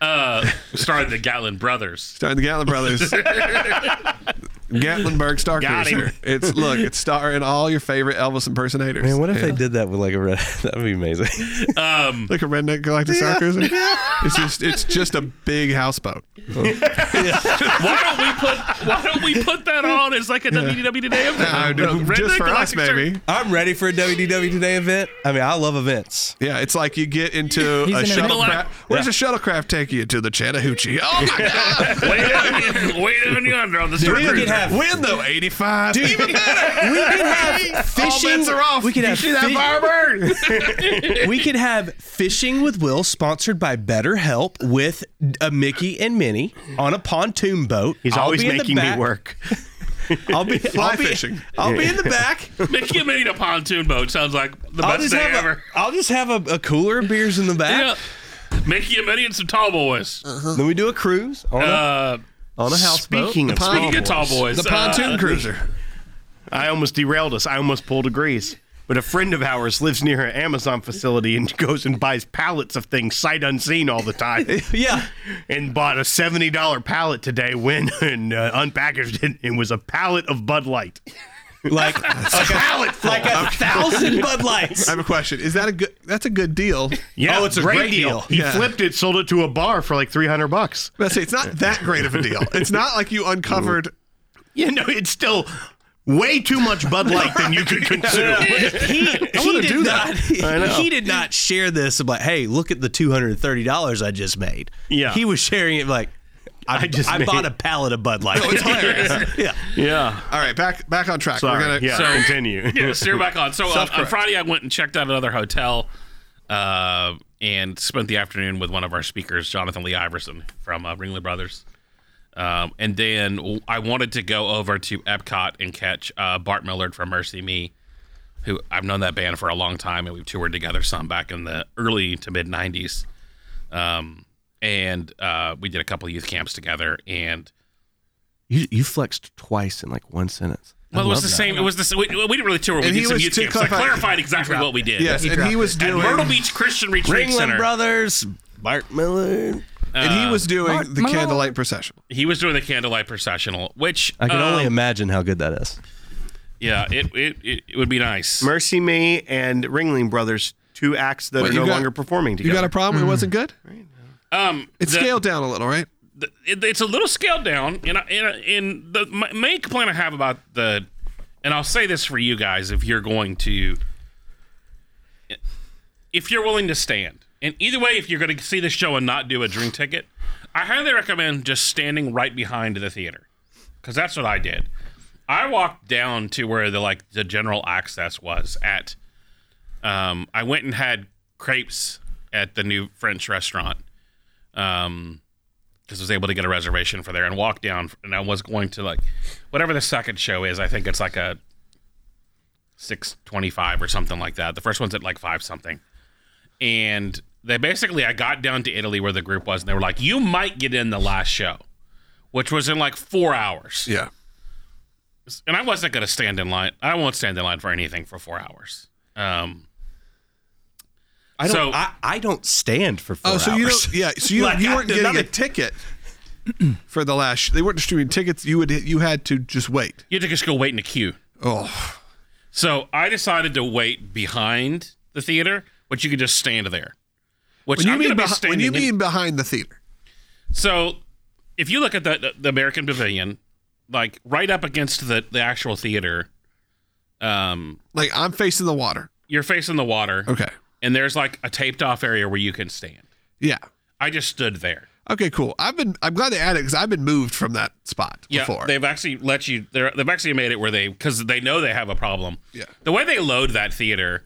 S4: uh started the Gatlin brothers.
S1: Starring the Gatlin brothers. Gatlinburg Star
S4: Got him.
S1: Cruiser. It's look, it's starring all your favorite Elvis impersonators.
S7: Man, what if
S1: Yeah.
S7: they did that with like a red? That would be amazing.
S4: Um
S1: like a redneck galactic star cruiser. It's just it's just a big houseboat.
S4: why don't we put why don't we put that on as like a WDW today event?
S1: I do-
S4: Redneck
S1: just for us,
S4: Galactic Circus.
S1: maybe.
S7: I'm ready for a WDW today event. I mean, I love events.
S1: Yeah, it's like you get into
S5: He's
S1: a
S5: in a
S1: shuttlecraft.
S4: galactic-
S1: Where's a shuttlecraft take you to the Chattahoochee? Oh my god!
S4: Way down, way down yonder on the
S7: Dude, we
S4: circuit.
S7: could have-
S1: Win though, eighty five. Even
S7: We
S1: better.
S7: could have
S1: All bets are off.
S7: We could
S1: You
S7: have
S1: see that
S7: fi-
S1: firebird.
S7: we could have fishing with Will sponsored by BetterHelp with a Mickey and Minnie on a pontoon boat.
S3: He's
S7: I'll
S3: always
S7: be in the
S3: making me
S7: back.
S3: work.
S7: I'll be
S1: Fly
S7: I'll be-
S1: fishing.
S7: I'll be in the back.
S4: Mickey and Minnie in a pontoon boat sounds like the
S7: I'll
S4: best
S7: just
S4: day
S7: have
S4: ever.
S7: a, I'll just have a, a cooler of beers in the back.
S4: Yeah. Mickey and Minnie and some tall boys.
S7: Then we do a cruise. On a-
S4: Uh,
S6: on a houseboat.
S3: Speaking of
S1: Pon-
S3: tall
S4: Speaking of tall
S3: boys,
S4: boys, uh,
S1: The
S7: uh,
S1: pontoon cruiser.
S3: I almost derailed us. I almost pulled a grease. But a friend of ours lives near an Amazon facility and goes and buys pallets of things sight unseen all the time.
S6: Yeah.
S3: and bought a seventy dollar pallet today. When and uh, unpackaged it, it was a pallet of Bud Light.
S6: Like a pallet like a thousand Bud Lights.
S1: I have a question. Is that a good? That's a good deal.
S3: Yeah,
S6: Oh, it's a great deal.
S3: He
S1: Yeah.
S3: flipped it, sold it to a bar for like three hundred bucks.
S1: But I say it's not that great of a deal. It's not like you uncovered.
S3: You know, it's still way too much Bud Light than you could consume.
S6: he, he did not.
S3: I know.
S6: He did not share this of like, hey, look at the two hundred and thirty dollars I just made.
S3: Yeah.
S6: he was sharing it like, I,
S3: I just
S6: I
S3: made-
S6: bought a pallet of Bud Light.
S1: It's hilarious.
S6: yeah,
S3: Yeah,
S1: All right, back back on track.
S3: sorry.
S1: We're gonna
S3: yeah,
S4: so-
S3: continue.
S4: Yeah, steer back on. So uh, on
S1: Self-correct.
S4: Friday, I went and checked out another hotel uh, and spent the afternoon with one of our speakers, Jonathan Lee Iverson from uh, Ringling Brothers. Um, and then w- I wanted to go over to Epcot and catch uh, Bart Millard from Mercy Me, who I've known that band for a long time, and we've toured together some back in the early to mid '90s. Um, and uh, we did a couple youth camps together, and
S7: You, you flexed twice in like one sentence.
S4: well, it was the same. It was the s- we, we didn't really tour. We
S1: And he
S4: did some
S1: was
S4: youth
S1: to
S4: camps. I
S1: clarify-
S4: clarified exactly what we did.
S1: Yes, and he was
S4: At
S1: doing
S4: Myrtle Beach Christian Retreat
S7: Ringling
S4: Center.
S7: Brothers, Bart Miller.
S1: and he
S4: Uh,
S1: was doing the
S5: Mark-
S1: candlelight procession.
S4: He was doing the candlelight processional, which
S7: I can only
S4: um,
S7: imagine how good that is.
S4: yeah, it, it it it would be nice.
S3: Mercy Me and Ringling Brothers, two acts that
S1: Wait,
S3: are
S1: you
S3: no
S1: got-
S3: longer performing
S1: You
S3: together.
S1: got a problem?
S4: Mm-hmm.
S1: It wasn't good.
S4: um,
S1: It's
S4: the-
S1: scaled down a little, right?
S4: the- it, it's a little scaled down, and I, and, I- and the my main complaint I have about the, and I'll say this for you guys, if you're going to, if you're willing to stand, and either way, if you're going to see the show and not do a drink ticket, I highly recommend just standing right behind the theater, because that's what I did. I walked down to where the like the general access was at. Um, I went and had crepes at the new French restaurant. Um, because was able to get a reservation for there and walk down and I was going to like whatever the second show is I think it's like a 625 or something like that the first one's at like 5 something and they basically I got down to Italy where the group was and they were like you might get in the last show which was in like 4 hours
S1: Yeah.
S4: and I wasn't going to stand in line I won't stand in line for anything for 4 hours um
S7: I don't.
S4: So-
S7: I, I don't stand for four
S1: Oh, so you
S7: hours.
S1: don't? Yeah. So you,
S7: Like,
S1: you
S7: I
S1: weren't
S7: did
S1: getting a
S7: nothing.
S1: ticket for the last. They weren't distributing tickets. You would. You had to just wait.
S4: you had to just go wait in a queue
S1: Oh,
S4: So I decided to wait behind the theater, but you could just stand there. Which
S1: when you
S4: I'm
S1: mean
S4: gonna be
S1: behi- when you
S4: standing in-
S1: mean behind the theater.
S4: so if you look at the, the, the American Pavilion, like right up against the, the actual theater, um,
S1: Like I'm facing the water.
S4: you're facing the water,
S1: Okay.
S4: and there's like a taped off area where you can stand.
S1: Yeah.
S4: I just stood there.
S1: Okay. Cool. I've been. I'm glad they added because I've been moved from that spot
S4: Yeah,
S1: before.
S4: they've actually let you. They're, they've actually made it where they because they know they have a problem.
S1: Yeah.
S4: the way they load that theater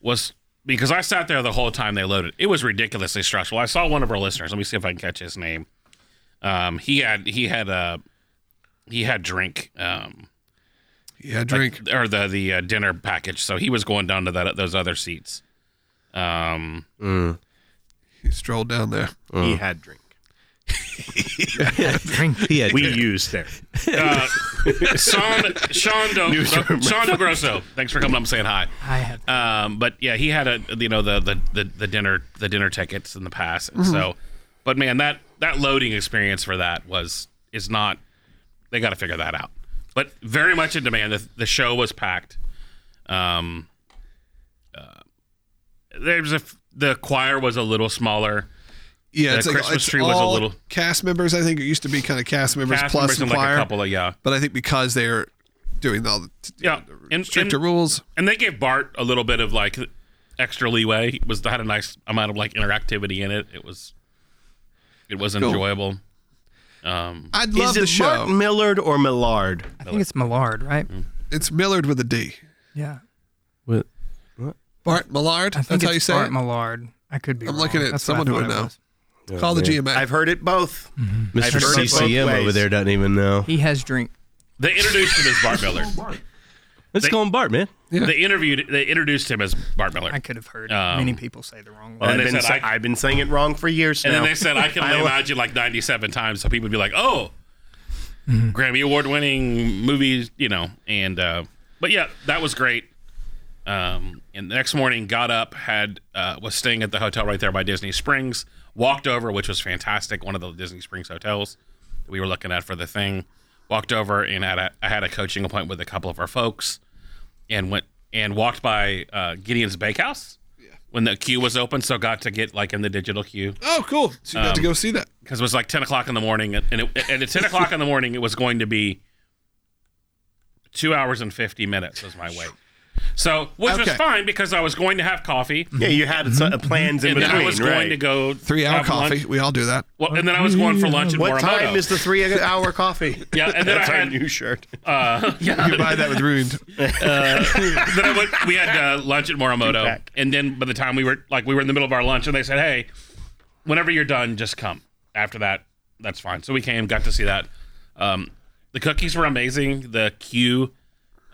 S4: was because I sat there the whole time they loaded. It was ridiculously stressful. I saw one of our listeners. Let me see if I can catch his name. Um, he had he had a he had drink. Um,
S1: yeah. Drink.
S4: or the the uh, dinner package. So he was going down to that those other seats. Um,
S1: you strolled down there.
S3: he
S6: Uh-huh.
S3: had drink.
S7: He had-
S3: We used there.
S4: uh, Sean Sean Do, Sean Do Grosso. Thanks for coming up and saying hi.
S5: I have
S4: Um, but yeah, he had a you know the the the, the dinner the dinner tickets in the past. And so, but man, that that loading experience for that was is not. They got to figure that out. But very much in demand. The, the show was packed. Um, uh, there's a f- the choir was a little smaller.
S1: Yeah.
S4: The
S1: it's like
S4: Christmas
S1: it's
S4: tree was a
S1: all
S4: little-
S1: cast members. I think it used to be kind of cast members
S4: Cast
S1: plus
S4: members and
S1: choir.
S4: like a couple of yeah,
S1: But I think because they're doing all the t-
S4: yeah, and,
S1: stricter
S4: and-
S1: rules.
S4: and they gave Bart a little bit of like extra leeway. It was had a nice amount of like interactivity in it. It was it was enjoyable. Um,
S1: I'd
S3: Is
S1: love
S3: it
S1: the show.
S3: Mark Millard or Millard?
S5: I think it's Millard, right?
S3: Hmm.
S1: It's Millard with a D.
S5: Yeah.
S1: Bart Millard.
S5: I
S1: That's
S5: think
S1: how
S5: it's
S1: you say
S5: Bart
S1: it.
S5: Millard. I could be
S1: I'm
S5: wrong.
S1: looking at
S5: That's what I
S1: someone who
S5: thought
S1: would
S5: it
S1: know.
S5: was.
S1: Call the GMA.
S3: I've heard it both. I've
S7: Mr.
S3: heard it both
S7: CCM over
S3: ways.
S7: there doesn't even know.
S5: He has drink.
S4: they introduced him as Bart Miller.
S7: Let's
S4: They-
S7: go on Bart, man.
S4: They interviewed. They introduced him as Bart Miller.
S5: I could have heard
S3: Oh.
S4: Um,
S5: many people say the wrong
S4: and
S5: word.
S4: they
S3: I've been,
S4: said
S3: sa-
S4: I-
S3: I've been saying it wrong for years
S4: and
S3: now.
S4: then they said I can only imagine like 97 times, so people would be like, "Oh, Grammy Award winning movies, you know. And uh, but yeah, that was great. Um, and the next morning, got up, had uh, was staying at the hotel right there by Disney Springs. Walked over, which was fantastic, one of the Disney Springs hotels that we were looking at for the thing. Walked over and had a, I had a coaching appointment with a couple of our folks, and went and walked by uh, Gideon's Bakehouse when the queue was open. So got to get like in the digital queue
S1: Oh, cool. So you got to
S4: Um,
S1: go see that.
S4: because it was like 10 o'clock in the morning and, and it, and at 10 o'clock in the morning it was going to be two hours and 50 minutes was my wait so which was
S1: Okay.
S4: fine because i was going to have coffee
S3: Yeah, you had some plans in
S4: and then
S3: between.
S4: i was
S3: right.
S4: going to go
S1: Three hour
S4: have
S1: coffee.
S4: lunch.
S1: We all do that.
S4: well, and then i was going for lunch at
S3: What
S4: Morimoto.
S3: time is the three hour coffee?
S4: yeah and then i
S3: That's our
S4: had
S3: new shirt.
S1: You buy that with ruined.
S4: then I went, we had uh, lunch at Morimoto,
S3: Two-pack.
S4: and then by the time we were like we were in the middle of our lunch, and they said, "Hey, whenever you're done, just come." After that, that's fine. So we came, got to see that. Um, the cookies were amazing. The queue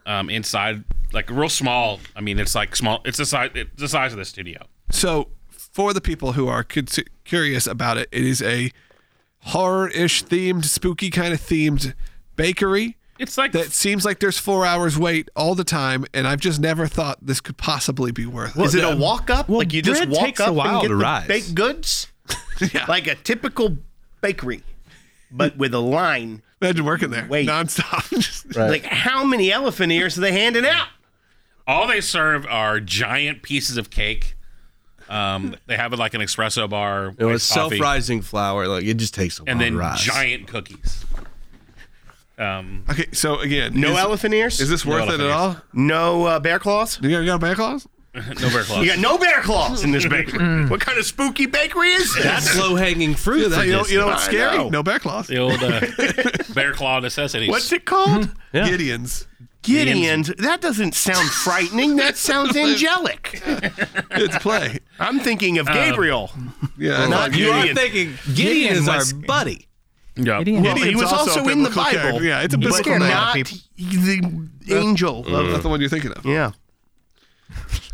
S4: um, inside, like real small. I mean, it's like small. It's the size. It's the size of the studio.
S1: So, for the people who are cu- curious about it, it is a horror-ish themed, spooky kind of themed bakery
S4: It's like
S1: that seems like there's four hours wait all the time, and I've just never thought this could possibly be worth
S3: Is it a walk up? like you just
S6: um, bread
S3: walk
S6: takes a
S3: up
S6: while
S3: and get
S6: to
S3: the
S6: rise.
S3: baked goods,
S1: Yeah.
S3: like a typical bakery, but with a line.
S1: Imagine working there
S3: Wait.
S1: nonstop. Just-
S3: Like how many elephant ears are they handing out?
S4: all they serve are giant pieces of cake. Um, they have like an espresso bar.
S6: It was
S4: iced coffee,
S6: self-rising flour. Like it just takes a while
S4: and then
S6: to rise.
S4: giant cookies. Um,
S1: Okay, so again,
S3: No
S1: is,
S3: elephant ears.
S1: is this worth it
S4: elephant
S1: at
S4: ears.
S1: all?
S3: no uh, bear claws?
S1: You gotta go back claws?
S4: no bear claws.
S3: You got no bear claws in this bakery. what kind of spooky bakery is this?
S6: Mm. That's low hanging fruit.
S1: Yeah, that,
S6: for
S1: you, know, you
S6: Disney.
S1: know what's
S3: I
S1: scary?
S3: know.
S1: No back claws.
S4: The old uh, bear claw necessities.
S3: What's it called?
S6: Yeah.
S1: Gideon's.
S3: Gideon's. That doesn't sound frightening. That sounds angelic.
S1: It's play.
S3: I'm thinking of Gabriel.
S1: Yeah, not
S6: You are
S3: Gideon.
S6: thinking Gideon,
S5: Gideon
S6: is our
S5: was-
S6: buddy.
S4: Yeah.
S3: Well, he
S1: Gideon's
S3: was
S1: also
S3: also,
S1: a
S3: in the
S1: biblical
S3: Bible.
S1: character. Yeah, it's a
S3: but
S1: biblical name.
S3: not the angel. Of,
S1: Not the one you're thinking of.
S3: yeah.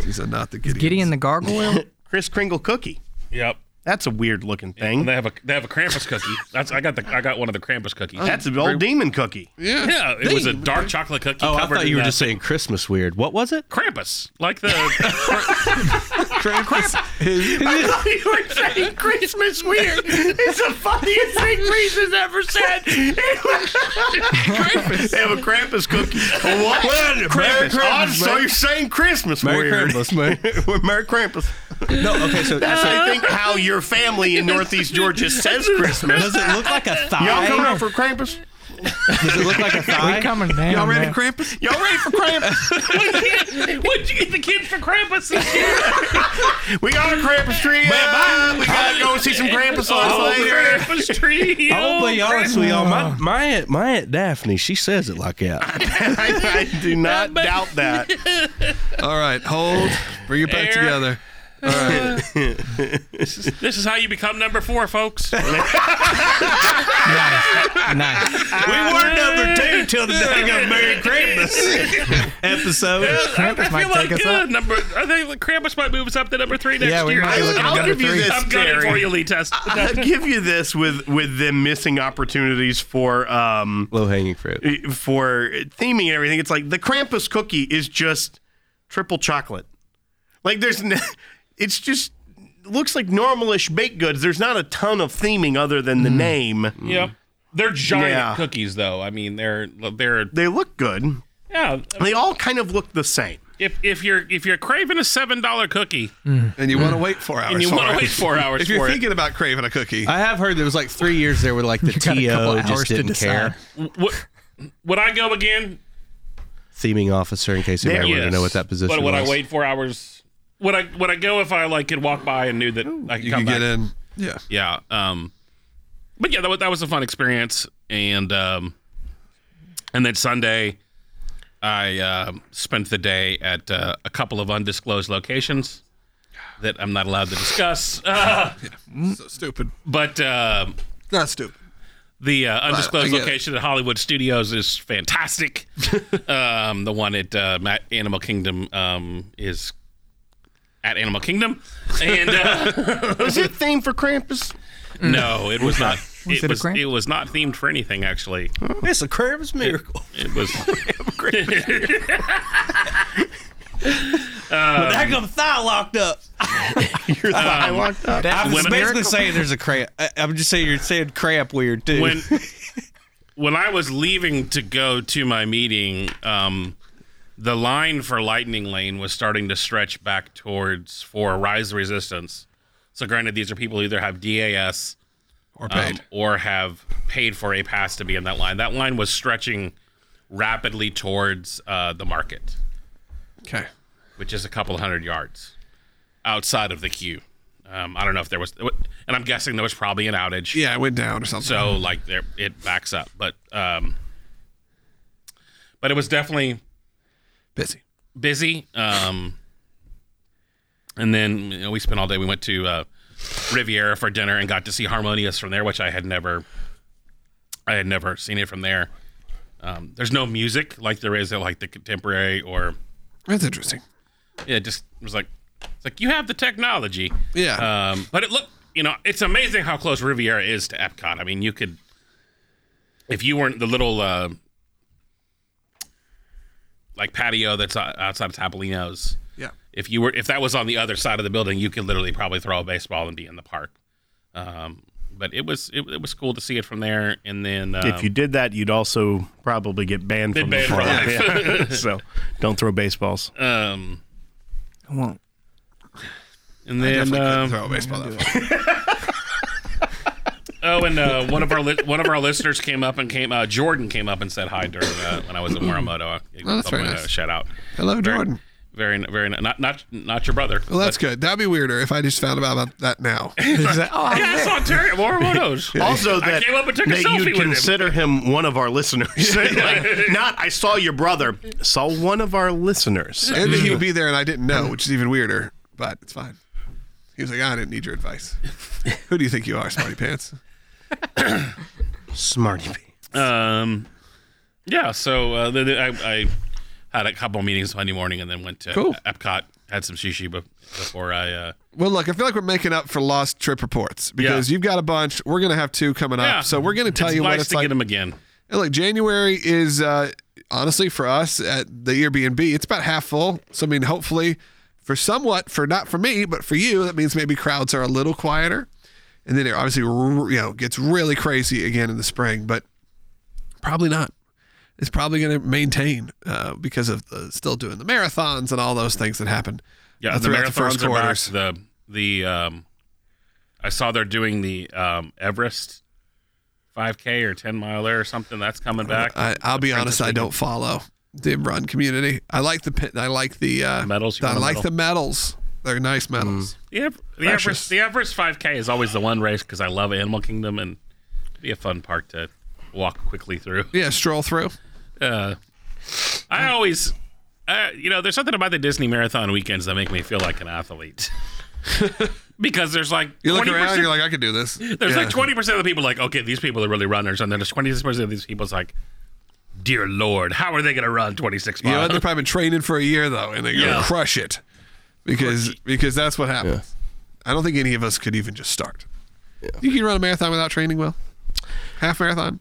S1: These are not the Gideons.
S5: Gideon the gargoyle.
S3: Chris Kringle cookie.
S4: Yep.
S3: That's a weird looking thing.
S4: And they have a they have a Krampus cookie. That's I got the I got one of the Krampus cookies.
S3: That's an old demon cookie.
S1: Yeah.
S4: yeah, it was a dark chocolate cookie.
S6: Oh, I
S4: covered
S6: thought
S4: in
S6: you were
S4: that
S6: just saying Christmas weird. What was it?
S4: Krampus, like the
S3: you were saying Christmas weird. It's the funniest thing Reese has ever said. Krampus. They have a Krampus cookie. What? Krampus. Oh, so you're saying Christmas weird.
S6: mate.
S3: We're Merry Krampus.
S6: no, okay, so
S3: That's,
S6: does
S3: I think, how your family in Northeast Georgia says Christmas.
S6: it look like a
S3: Y'all coming
S6: thigh?
S3: up for Krampus?
S6: Does it look like a
S5: we
S6: thigh?
S5: coming down.
S1: Y'all ready
S5: man.
S1: for Krampus?
S3: Y'all ready for Krampus?
S4: what'd you get the kids for Krampus this
S5: Oh,
S4: year?
S3: We got a Krampus tree. up. We gotta go see some Krampus on
S4: Oh,
S3: later.
S4: Krampus tree.
S6: I'll
S4: oh,
S6: be honest with y'all. My, my, aunt, my aunt Daphne, she says it like that.
S3: I, I do not doubt that.
S1: All right, hold. Bring it back
S4: Air.
S1: together.
S4: This is how you become number four, folks. we
S5: Nice.
S4: were number two till the day of Merry Krampus.
S6: Episode.
S4: I
S5: Krampus
S4: feel
S5: might
S4: like
S5: take us
S4: uh,
S5: up.
S4: number. I think Krampus might move us up to number three next
S5: Yeah, we
S4: year.
S5: might be
S4: I-
S5: looking at
S4: I'll
S5: number
S4: give you
S5: three.
S4: this. I'm gunning
S3: Jerry.
S4: for you, Lee Test.
S3: I'll give you this with with them missing opportunities for um
S6: Low hanging fruit.
S3: for theming and everything. It's like the Krampus cookie is just triple chocolate. Like there's, n- it's just looks like normalish baked goods. There's not a ton of theming other than the name.
S4: Yep. They're giant
S3: Yeah.
S4: cookies, though. I mean, they're they're
S3: They look good.
S4: yeah.
S3: They all kind of look the same.
S4: If if you're if you're craving a seven dollar cookie
S1: And you want to wait four hours.
S4: Mm. and you
S1: for
S4: want to
S1: it.
S4: wait four hours
S1: If you're
S4: for it,
S1: thinking about craving a cookie,
S6: I have heard there was like three years there where like the
S5: got a couple
S6: TO
S5: hours
S6: just
S5: to
S6: didn't care.
S4: would, would I go again?
S6: Theming officer, in case anybody wanted to
S4: Yes.
S6: know what that position
S4: But would
S6: was.
S4: I wait four hours? Would I would I go if I like could walk by and knew that I could
S1: you
S4: come
S1: can
S4: back?
S1: get in. Yeah.
S4: Yeah. Um. But yeah, that was that was a fun experience, and um, and then Sunday, I um spent the day at uh, a couple of undisclosed locations that I'm not allowed to discuss. Uh,
S1: So stupid.
S4: but. um
S1: Not stupid.
S4: the uh, undisclosed
S1: get it.
S4: location at Hollywood Studios is fantastic. um, the one at uh, Ma- Animal Kingdom um, is at Animal Kingdom, and uh,
S3: Is it themed for Krampus?
S4: no, it was not.
S5: Was it a
S4: was
S5: cramp?
S4: it was not themed for anything actually.
S7: It's a Krampus miracle.
S4: It was
S7: I got my thigh locked up. I'm
S4: when-
S7: just basically saying there's a cramp. I, I'm just saying you're saying cramp weird too.
S4: when when I was leaving to go to my meeting, um, the line for Lightning Lane was starting to stretch back towards for Rise of Resistance. So, granted, these are people who either have DAS
S1: Or
S4: um,
S1: paid.
S4: or have paid for a pass to be in that line. That line was stretching rapidly towards uh, the market, Oh.
S1: okay.
S4: which is a couple hundred yards outside of the queue. Um, I don't know if there was, and I'm guessing there was probably an outage.
S1: Yeah, it went down or something.
S4: So like there it backs up, but um but it was definitely
S1: busy.
S4: busy. Um and then you know, we spent all day we went to uh Riviera for dinner and got to see Harmonious from there, which I had never I had never seen it from there. Um, there's no music like there is at like the contemporary or
S1: That's interesting.
S4: yeah, it just was like it's like you have the technology.
S1: Yeah.
S4: Um, but it look, you know, it's amazing how close Riviera is to Epcot. I mean, you could if you weren't the little uh, like patio that's o- outside of Tapolino's.
S1: Yeah.
S4: If you were if that was on the other side of the building, you could literally probably throw a baseball and be in the park. Um, but it was it, it was cool to see it from there, and then um,
S3: if you did that, you'd also probably get banned
S4: Get
S3: from
S4: banned
S3: the
S4: for
S3: park.
S4: life.
S3: Yeah. so don't throw baseballs.
S4: um,
S5: I won't.
S4: and then
S1: Definitely couldn't
S4: um,
S1: throw a baseball that far.
S4: Oh, and uh, one of our li- one of our listeners came up and came. Uh, Jordan came up and said hi during uh, when I was at Morimoto. I-
S1: Oh, that's very
S4: someone, uh,
S1: nice.
S4: Shout out.
S1: Hello,
S4: Very-
S1: Jordan.
S4: Very, very not not not your brother.
S1: Well, that's good. That'd be weirder if I just found out about that now. Is that- oh,
S4: yeah, I saw Terry at Morimoto's.
S3: Also,
S4: I
S3: that,
S4: came up and took a
S3: that
S4: selfie
S3: you'd
S4: with him.
S3: consider him. one of our listeners. Like, not, I saw your brother, saw one of our listeners.
S1: and
S4: Mm.
S1: he would be there and I didn't know, which is even weirder, but it's fine. He was like, "Ah, I didn't need your advice. Who do you think you are, Smarty Pants?
S3: Smarty bee.
S4: Um, yeah. So uh, then I, I had a couple meetings Monday morning, and then went to
S1: Cool.
S4: Epcot. Had some sushi bef- before I. Uh,
S1: Well, look, I feel like we're making up for lost trip reports because
S4: Yeah.
S1: you've got a bunch. We're going to have two coming up.
S4: yeah.
S1: Oh, So we're going to tell
S4: it's
S1: you
S4: nice
S1: what it's
S4: to
S1: like.
S4: get them again.
S1: And look, January is uh, honestly for us at the Airbnb, it's about half full. So I mean, hopefully, for somewhat for not for me, but for you, that means maybe crowds are a little quieter, and then it obviously r- you know gets really crazy again in the spring, but probably not. It's probably going to maintain uh, because of the, still doing the marathons and all those things that happen.
S4: Yeah,
S1: uh,
S4: the
S1: throughout
S4: marathons are back. The the um, I saw they're doing the um, Everest 5K or 10 miler or something. That's coming back.
S1: Oh, I, I'll be
S4: Francis
S1: honest, I don't follow the run community. I like the pit. I like the uh,
S4: Medals, you
S1: I
S4: want a
S1: like
S4: medal?
S1: the medals. They're nice medals.
S4: the, Ev- the
S1: Precious.
S4: Everest the Everest 5K is always the one race because I love Animal Kingdom and it'd be a fun park to walk quickly through.
S1: Yeah, stroll through.
S4: Uh, I always. Uh, you know, there's something about the Disney marathon weekends that make me feel like an athlete. because there's like
S1: You look
S4: 20%
S1: around, you're like, I could do this.
S4: There's
S1: Yeah.
S4: like 20% of the people like, okay, these people are really runners. And then there's 26% of these people's like, dear Lord, how are they going to run 26
S1: You know,
S4: miles?
S1: they've probably been training for a year though, and they're
S4: Yeah.
S1: gonna crush it because because that's what happens. I don't think any of us could even just start. You can run a marathon without training well. Half marathon?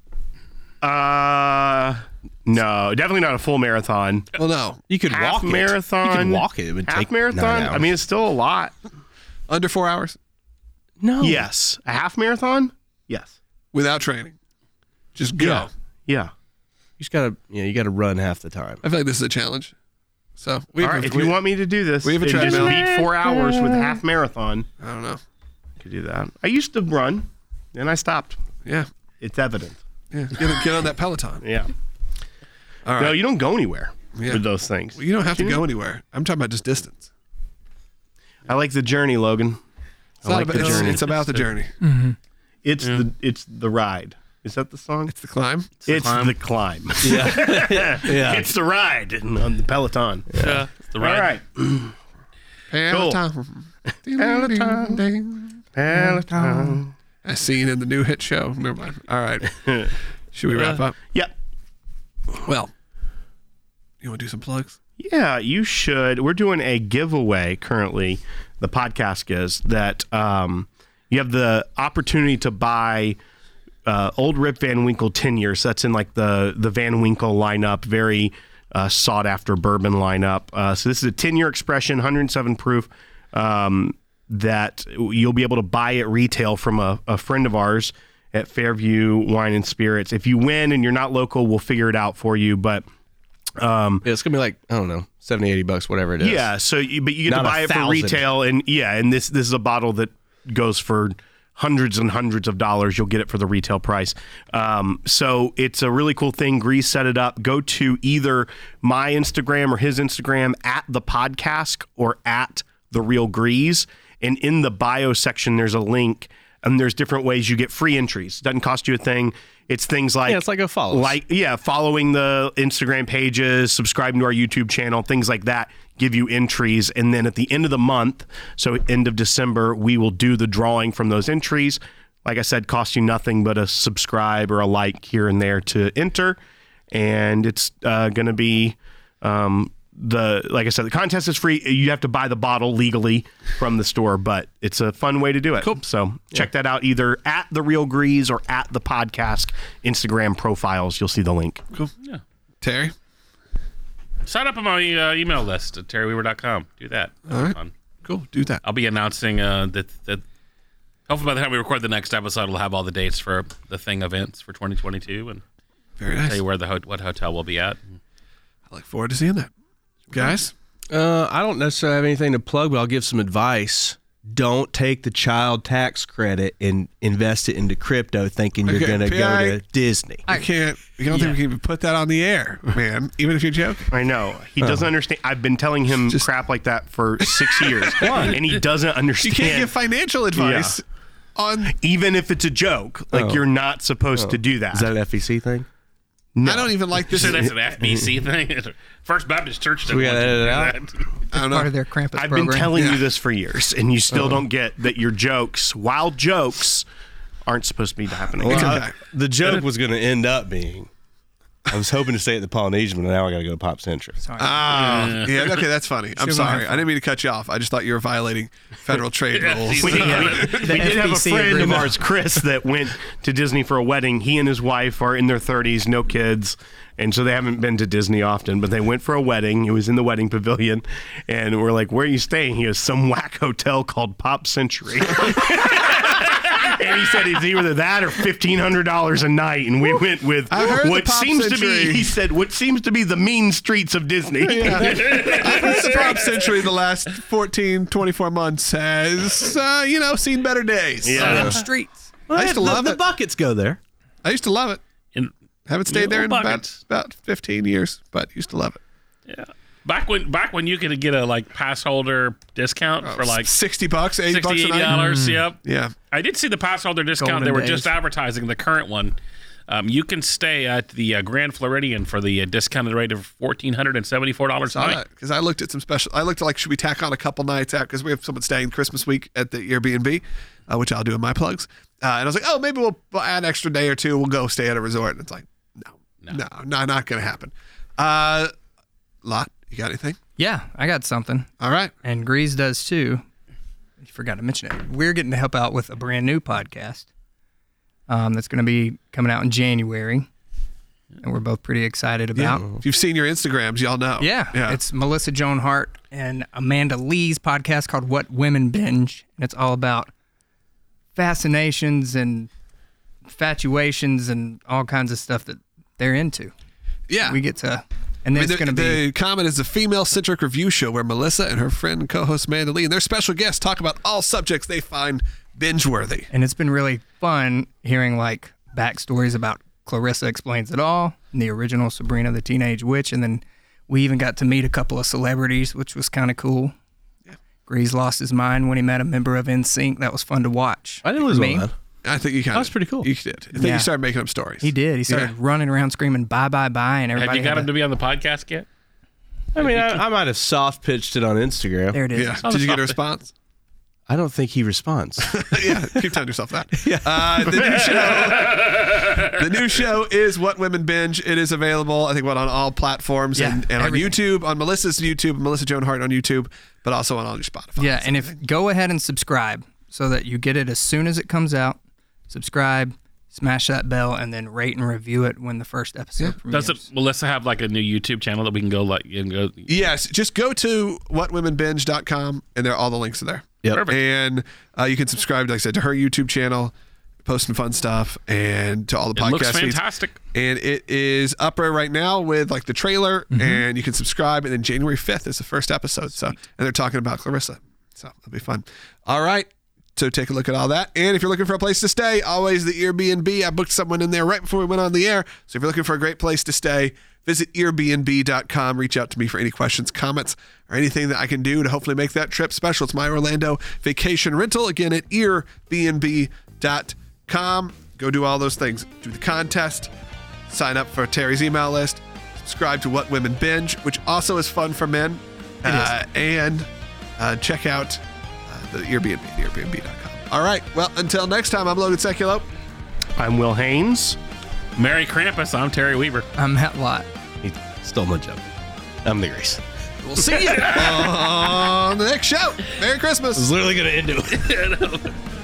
S3: Uh, no, definitely not a full marathon.
S1: Well, no,
S7: you could
S3: half
S7: walk it.
S3: marathon.
S7: You could walk it. It would
S3: half
S7: take nine
S3: marathon. I
S7: hours.
S3: mean, it's still a lot.
S1: under four hours
S7: no.
S3: Yes, a half marathon. Yes.
S1: without training. Just go.
S3: Yeah. Yeah.
S7: You just gotta. Yeah, you gotta run half the time.
S1: I feel like this is a challenge. So we
S3: All
S1: have
S3: right.
S1: a-
S3: If
S1: we-
S3: you want me to do this,
S1: we have a
S3: and just
S1: treadmill.
S3: beat four hours with a half marathon.
S1: I don't know.
S3: I could do that. I used to run, and I stopped.
S1: Yeah,
S3: It's evident.
S1: yeah. Get, get on that Peloton.
S3: Yeah.
S1: All right.
S3: No, you don't go anywhere
S1: Yeah.
S3: with those things.
S1: you don't have to go anywhere. I'm talking about just distance.
S3: I like the journey, Logan.
S1: It's,
S3: I
S1: not
S3: like
S1: about,
S3: the
S1: it's,
S3: journey. Hmm.
S1: it's about the journey.
S3: It's the it's the ride. Is that the song?
S1: It's the climb.
S3: It's, the climb. Yeah. It's the ride on the Peloton.
S4: Uh, the run.
S3: All right.
S1: Peloton. Peloton.
S3: Peloton.
S1: As seen in the new hit show. Never mind. All right. Should we wrap up?
S3: Yep.
S1: Well, you want to do some plugs?
S3: Yeah, you should. We're doing a giveaway currently. The podcast is that um, you have the opportunity to buy uh, old Rip Van Winkle 10 years. That's in like the, the Van Winkle lineup, very uh, sought after bourbon lineup. Uh, so this is a 10 year expression, 107 proof, um, that you'll be able to buy at retail from a, a friend of ours at Fairview Wine and Spirits. If you win and you're not local, we'll figure it out for you. But
S7: Yeah, it's gonna be like I don't know, 70, 80 bucks, whatever it is.
S3: yeah, so you, but you get
S7: Not
S3: to
S7: a
S3: buy it for
S7: thousand.
S3: retail, and yeah, and this this is a bottle that goes for hundreds and hundreds of dollars. You'll get it for the retail price. Um, so it's a really cool thing. Grease set it up. Go to either my Instagram or his Instagram at the podcast or at the real Grease, and in the bio section there's a link. And there's different ways you get free entries. Doesn't cost you a thing. It's things like
S7: Yeah, it's like a follow.
S3: like yeah, following the Instagram pages, subscribing to our YouTube channel, things like that give you entries. And then at the end of the month, so end of December, we will do the drawing from those entries. Like I said, cost you nothing but a subscribe or a like here and there to enter. And it's uh, going to be um, the like I said, the contest is free. You have to buy the bottle legally from the store, but it's a fun way to do it. Cool. So check that out either at the Real Grease or at the podcast Instagram profiles. You'll see the link.
S1: Terry.
S4: Sign up on my uh, email list at terryweaver.com. Do that. Fun.
S1: Cool. Do that.
S4: I'll be announcing uh, that, that hopefully by the time we record the next episode, we'll have all the dates for the thing events for 2022 and
S1: Very
S4: tell
S1: nice.
S4: you where the ho- what hotel we'll be at.
S1: I look forward to seeing that. Guys,
S6: Uh, I don't
S7: necessarily have anything to plug, but I'll give some advice. Don't take the child tax credit and invest it into crypto, thinking you're
S1: Okay,
S7: gonna
S1: PI.
S7: go to Disney.
S1: I can't. I don't think we can even put that on the air, man. Even if you're joking.
S3: I know he doesn't understand. I've been telling him crap like that for six years, and he doesn't
S1: You
S3: understand.
S1: can't give financial advice on.
S3: Even if it's a joke, like you're not supposed to do that.
S7: Is that an FEC thing?
S1: I don't even like this.
S4: So
S1: I
S4: that's an FBC thing. First Baptist Church. didn't
S7: We gotta
S4: want
S7: edit
S4: to do that.
S1: don't
S5: Part
S1: know.
S5: of their Krampus
S3: I've
S5: program.
S3: been telling you this for years, and you still don't get that your jokes, wild jokes, aren't supposed to be happening.
S1: okay.
S7: The joke was gonna end up being. I was hoping to stay at the Polynesian, but now I gotta go to Pop Century.
S4: Oh.
S1: Ah, yeah. Okay, that's funny. I'm sorry. I didn't mean to cut you off. I just thought you were violating federal trade rules.
S3: We did, we did have a
S5: FBC
S3: friend of
S5: agreement.
S3: ours, Chris, that went to Disney for a wedding. He and his wife are in their 30s, no kids. And so they haven't been to Disney often, but they went for a wedding. It was in the wedding pavilion. And we're like, Where are you staying? He goes, Some whack hotel called Pop Century. and he said it's either that or $1,500 a night. And we went with
S1: I heard the
S3: what
S1: Pop
S3: seems to
S1: Century.
S3: be, he said, what seems to be the mean streets of Disney.
S1: That's the prop century the last 14, 24 months has, uh, you know, seen better days.
S3: Yeah.
S5: streets.
S1: I used to love
S7: the
S1: it.
S7: buckets go there.
S1: I used to love it.
S4: And
S1: Haven't stayed there in
S4: Little
S1: about,
S4: buckets.
S1: about 15 years, but used to love it.
S4: back when back when you could get a like pass holder discount for like
S1: 60 bucks, 80 bucks
S4: sixty
S1: a
S4: eighty
S1: night.
S4: dollars. Yep.
S1: Yeah.
S4: I did see the pass holder discount.
S5: Golden
S4: they were
S5: days.
S4: just advertising the current one. Um, you can stay at the uh, Grand Floridian for the uh, discounted rate of fourteen hundred and seventy-four dollars a
S1: Saw
S4: night.
S1: that because I looked at some special. I looked at like should we tack on a couple nights out because we have someone staying Christmas week at the Airbnb, uh, which I'll do in my plugs. Uh, and I was like, oh, maybe we'll, we'll add an extra day or two. We'll go stay at a resort. And it's like, no, no, no, not gonna happen. Uh, Lot, you got anything?
S5: Yeah, I got something.
S1: All right,
S5: And Grease does too. You forgot to mention it. We're getting to help out with a brand new podcast um, that's going to be coming out in January. And we're both pretty excited about.
S1: if you've seen your Instagrams, y'all know.
S5: Yeah,
S1: yeah.
S5: It's Melissa Joan Hart and Amanda Lee's podcast called What Women Binge. And it's all about fascinations and infatuations and all kinds of stuff that they're into.
S1: yeah.
S5: We get to, and then
S1: I mean,
S5: it's going to
S1: the,
S5: be.
S1: the comment is a female-centric review show where Melissa and her friend and co-host Amanda Lee and their special guests talk about all subjects they find binge-worthy.
S5: and it's been really fun hearing like backstories about Clarissa Explains It All, and the original Sabrina the Teenage Witch, and then we even got to meet a couple of celebrities, which was kind of cool. Yeah. Grease lost his mind when he met a member of NSYNC. That was fun to watch.
S7: I didn't lose
S5: Me?
S7: all that.
S1: I think you kind
S6: was pretty cool.
S1: You did. I think
S5: Yeah.
S1: you started making up stories.
S5: He did. He started running around screaming "bye bye bye," and
S4: Have
S5: everybody.
S4: you got
S5: had
S4: him to be on the podcast yet?
S7: I mean, I, I might have soft pitched it on Instagram.
S5: There it is.
S1: Yeah. Did you get a response?
S7: I don't think he responds.
S1: yeah. Keep telling yourself that. Yeah. Uh, the new show. the new show is What Women Binge. It is available. I think what on all platforms
S5: Yeah,
S1: and, and on
S5: everything.
S1: YouTube, on Melissa's YouTube, Melissa Joan Hart on YouTube, but also on all your Spotify.
S5: Yeah, and if go ahead and subscribe so that you get it as soon as it comes out. Subscribe, smash that bell, and then rate and review it when the first episode premieres.
S4: Does it, Melissa have like a new YouTube channel that we can go like and go?
S1: Yes, just go to whatwomenbinge.com and there all the links are there.
S7: Yep.
S4: Perfect.
S1: And uh, you can subscribe, like I said, to her YouTube channel, posting fun stuff, and to all the
S4: It
S1: podcast
S4: looks
S1: feeds.
S4: fantastic.
S1: And it is up there right now with like the trailer, and you can subscribe. And then January 5th is the first episode. So, and they're talking about Clarissa. So that'll be fun. All right. So take a look at all that. And if you're looking for a place to stay, always the Airbnb. I booked someone in there right before we went on the air. So if you're looking for a great place to stay, visit Airbnb.com. Reach out to me for any questions, comments, or anything that I can do to hopefully make that trip special. It's my Orlando vacation rental. Again, at Airbnb.com. Go do all those things. Do the contest sign up for Terry's email list, subscribe to What Women Binge, which also is fun for men, uh, and uh, check out uh, the Airbnb, Airbnb.com. All right. Well, until next time, I'm Logan Seculo.
S3: I'm Will Haynes.
S4: Mary Krampus. I'm Terry Weaver.
S5: I'm Matt Lott.
S7: He stole my joke. I'm the Grace.
S1: We'll see you on the next show. Merry Christmas.
S7: literally going to end it.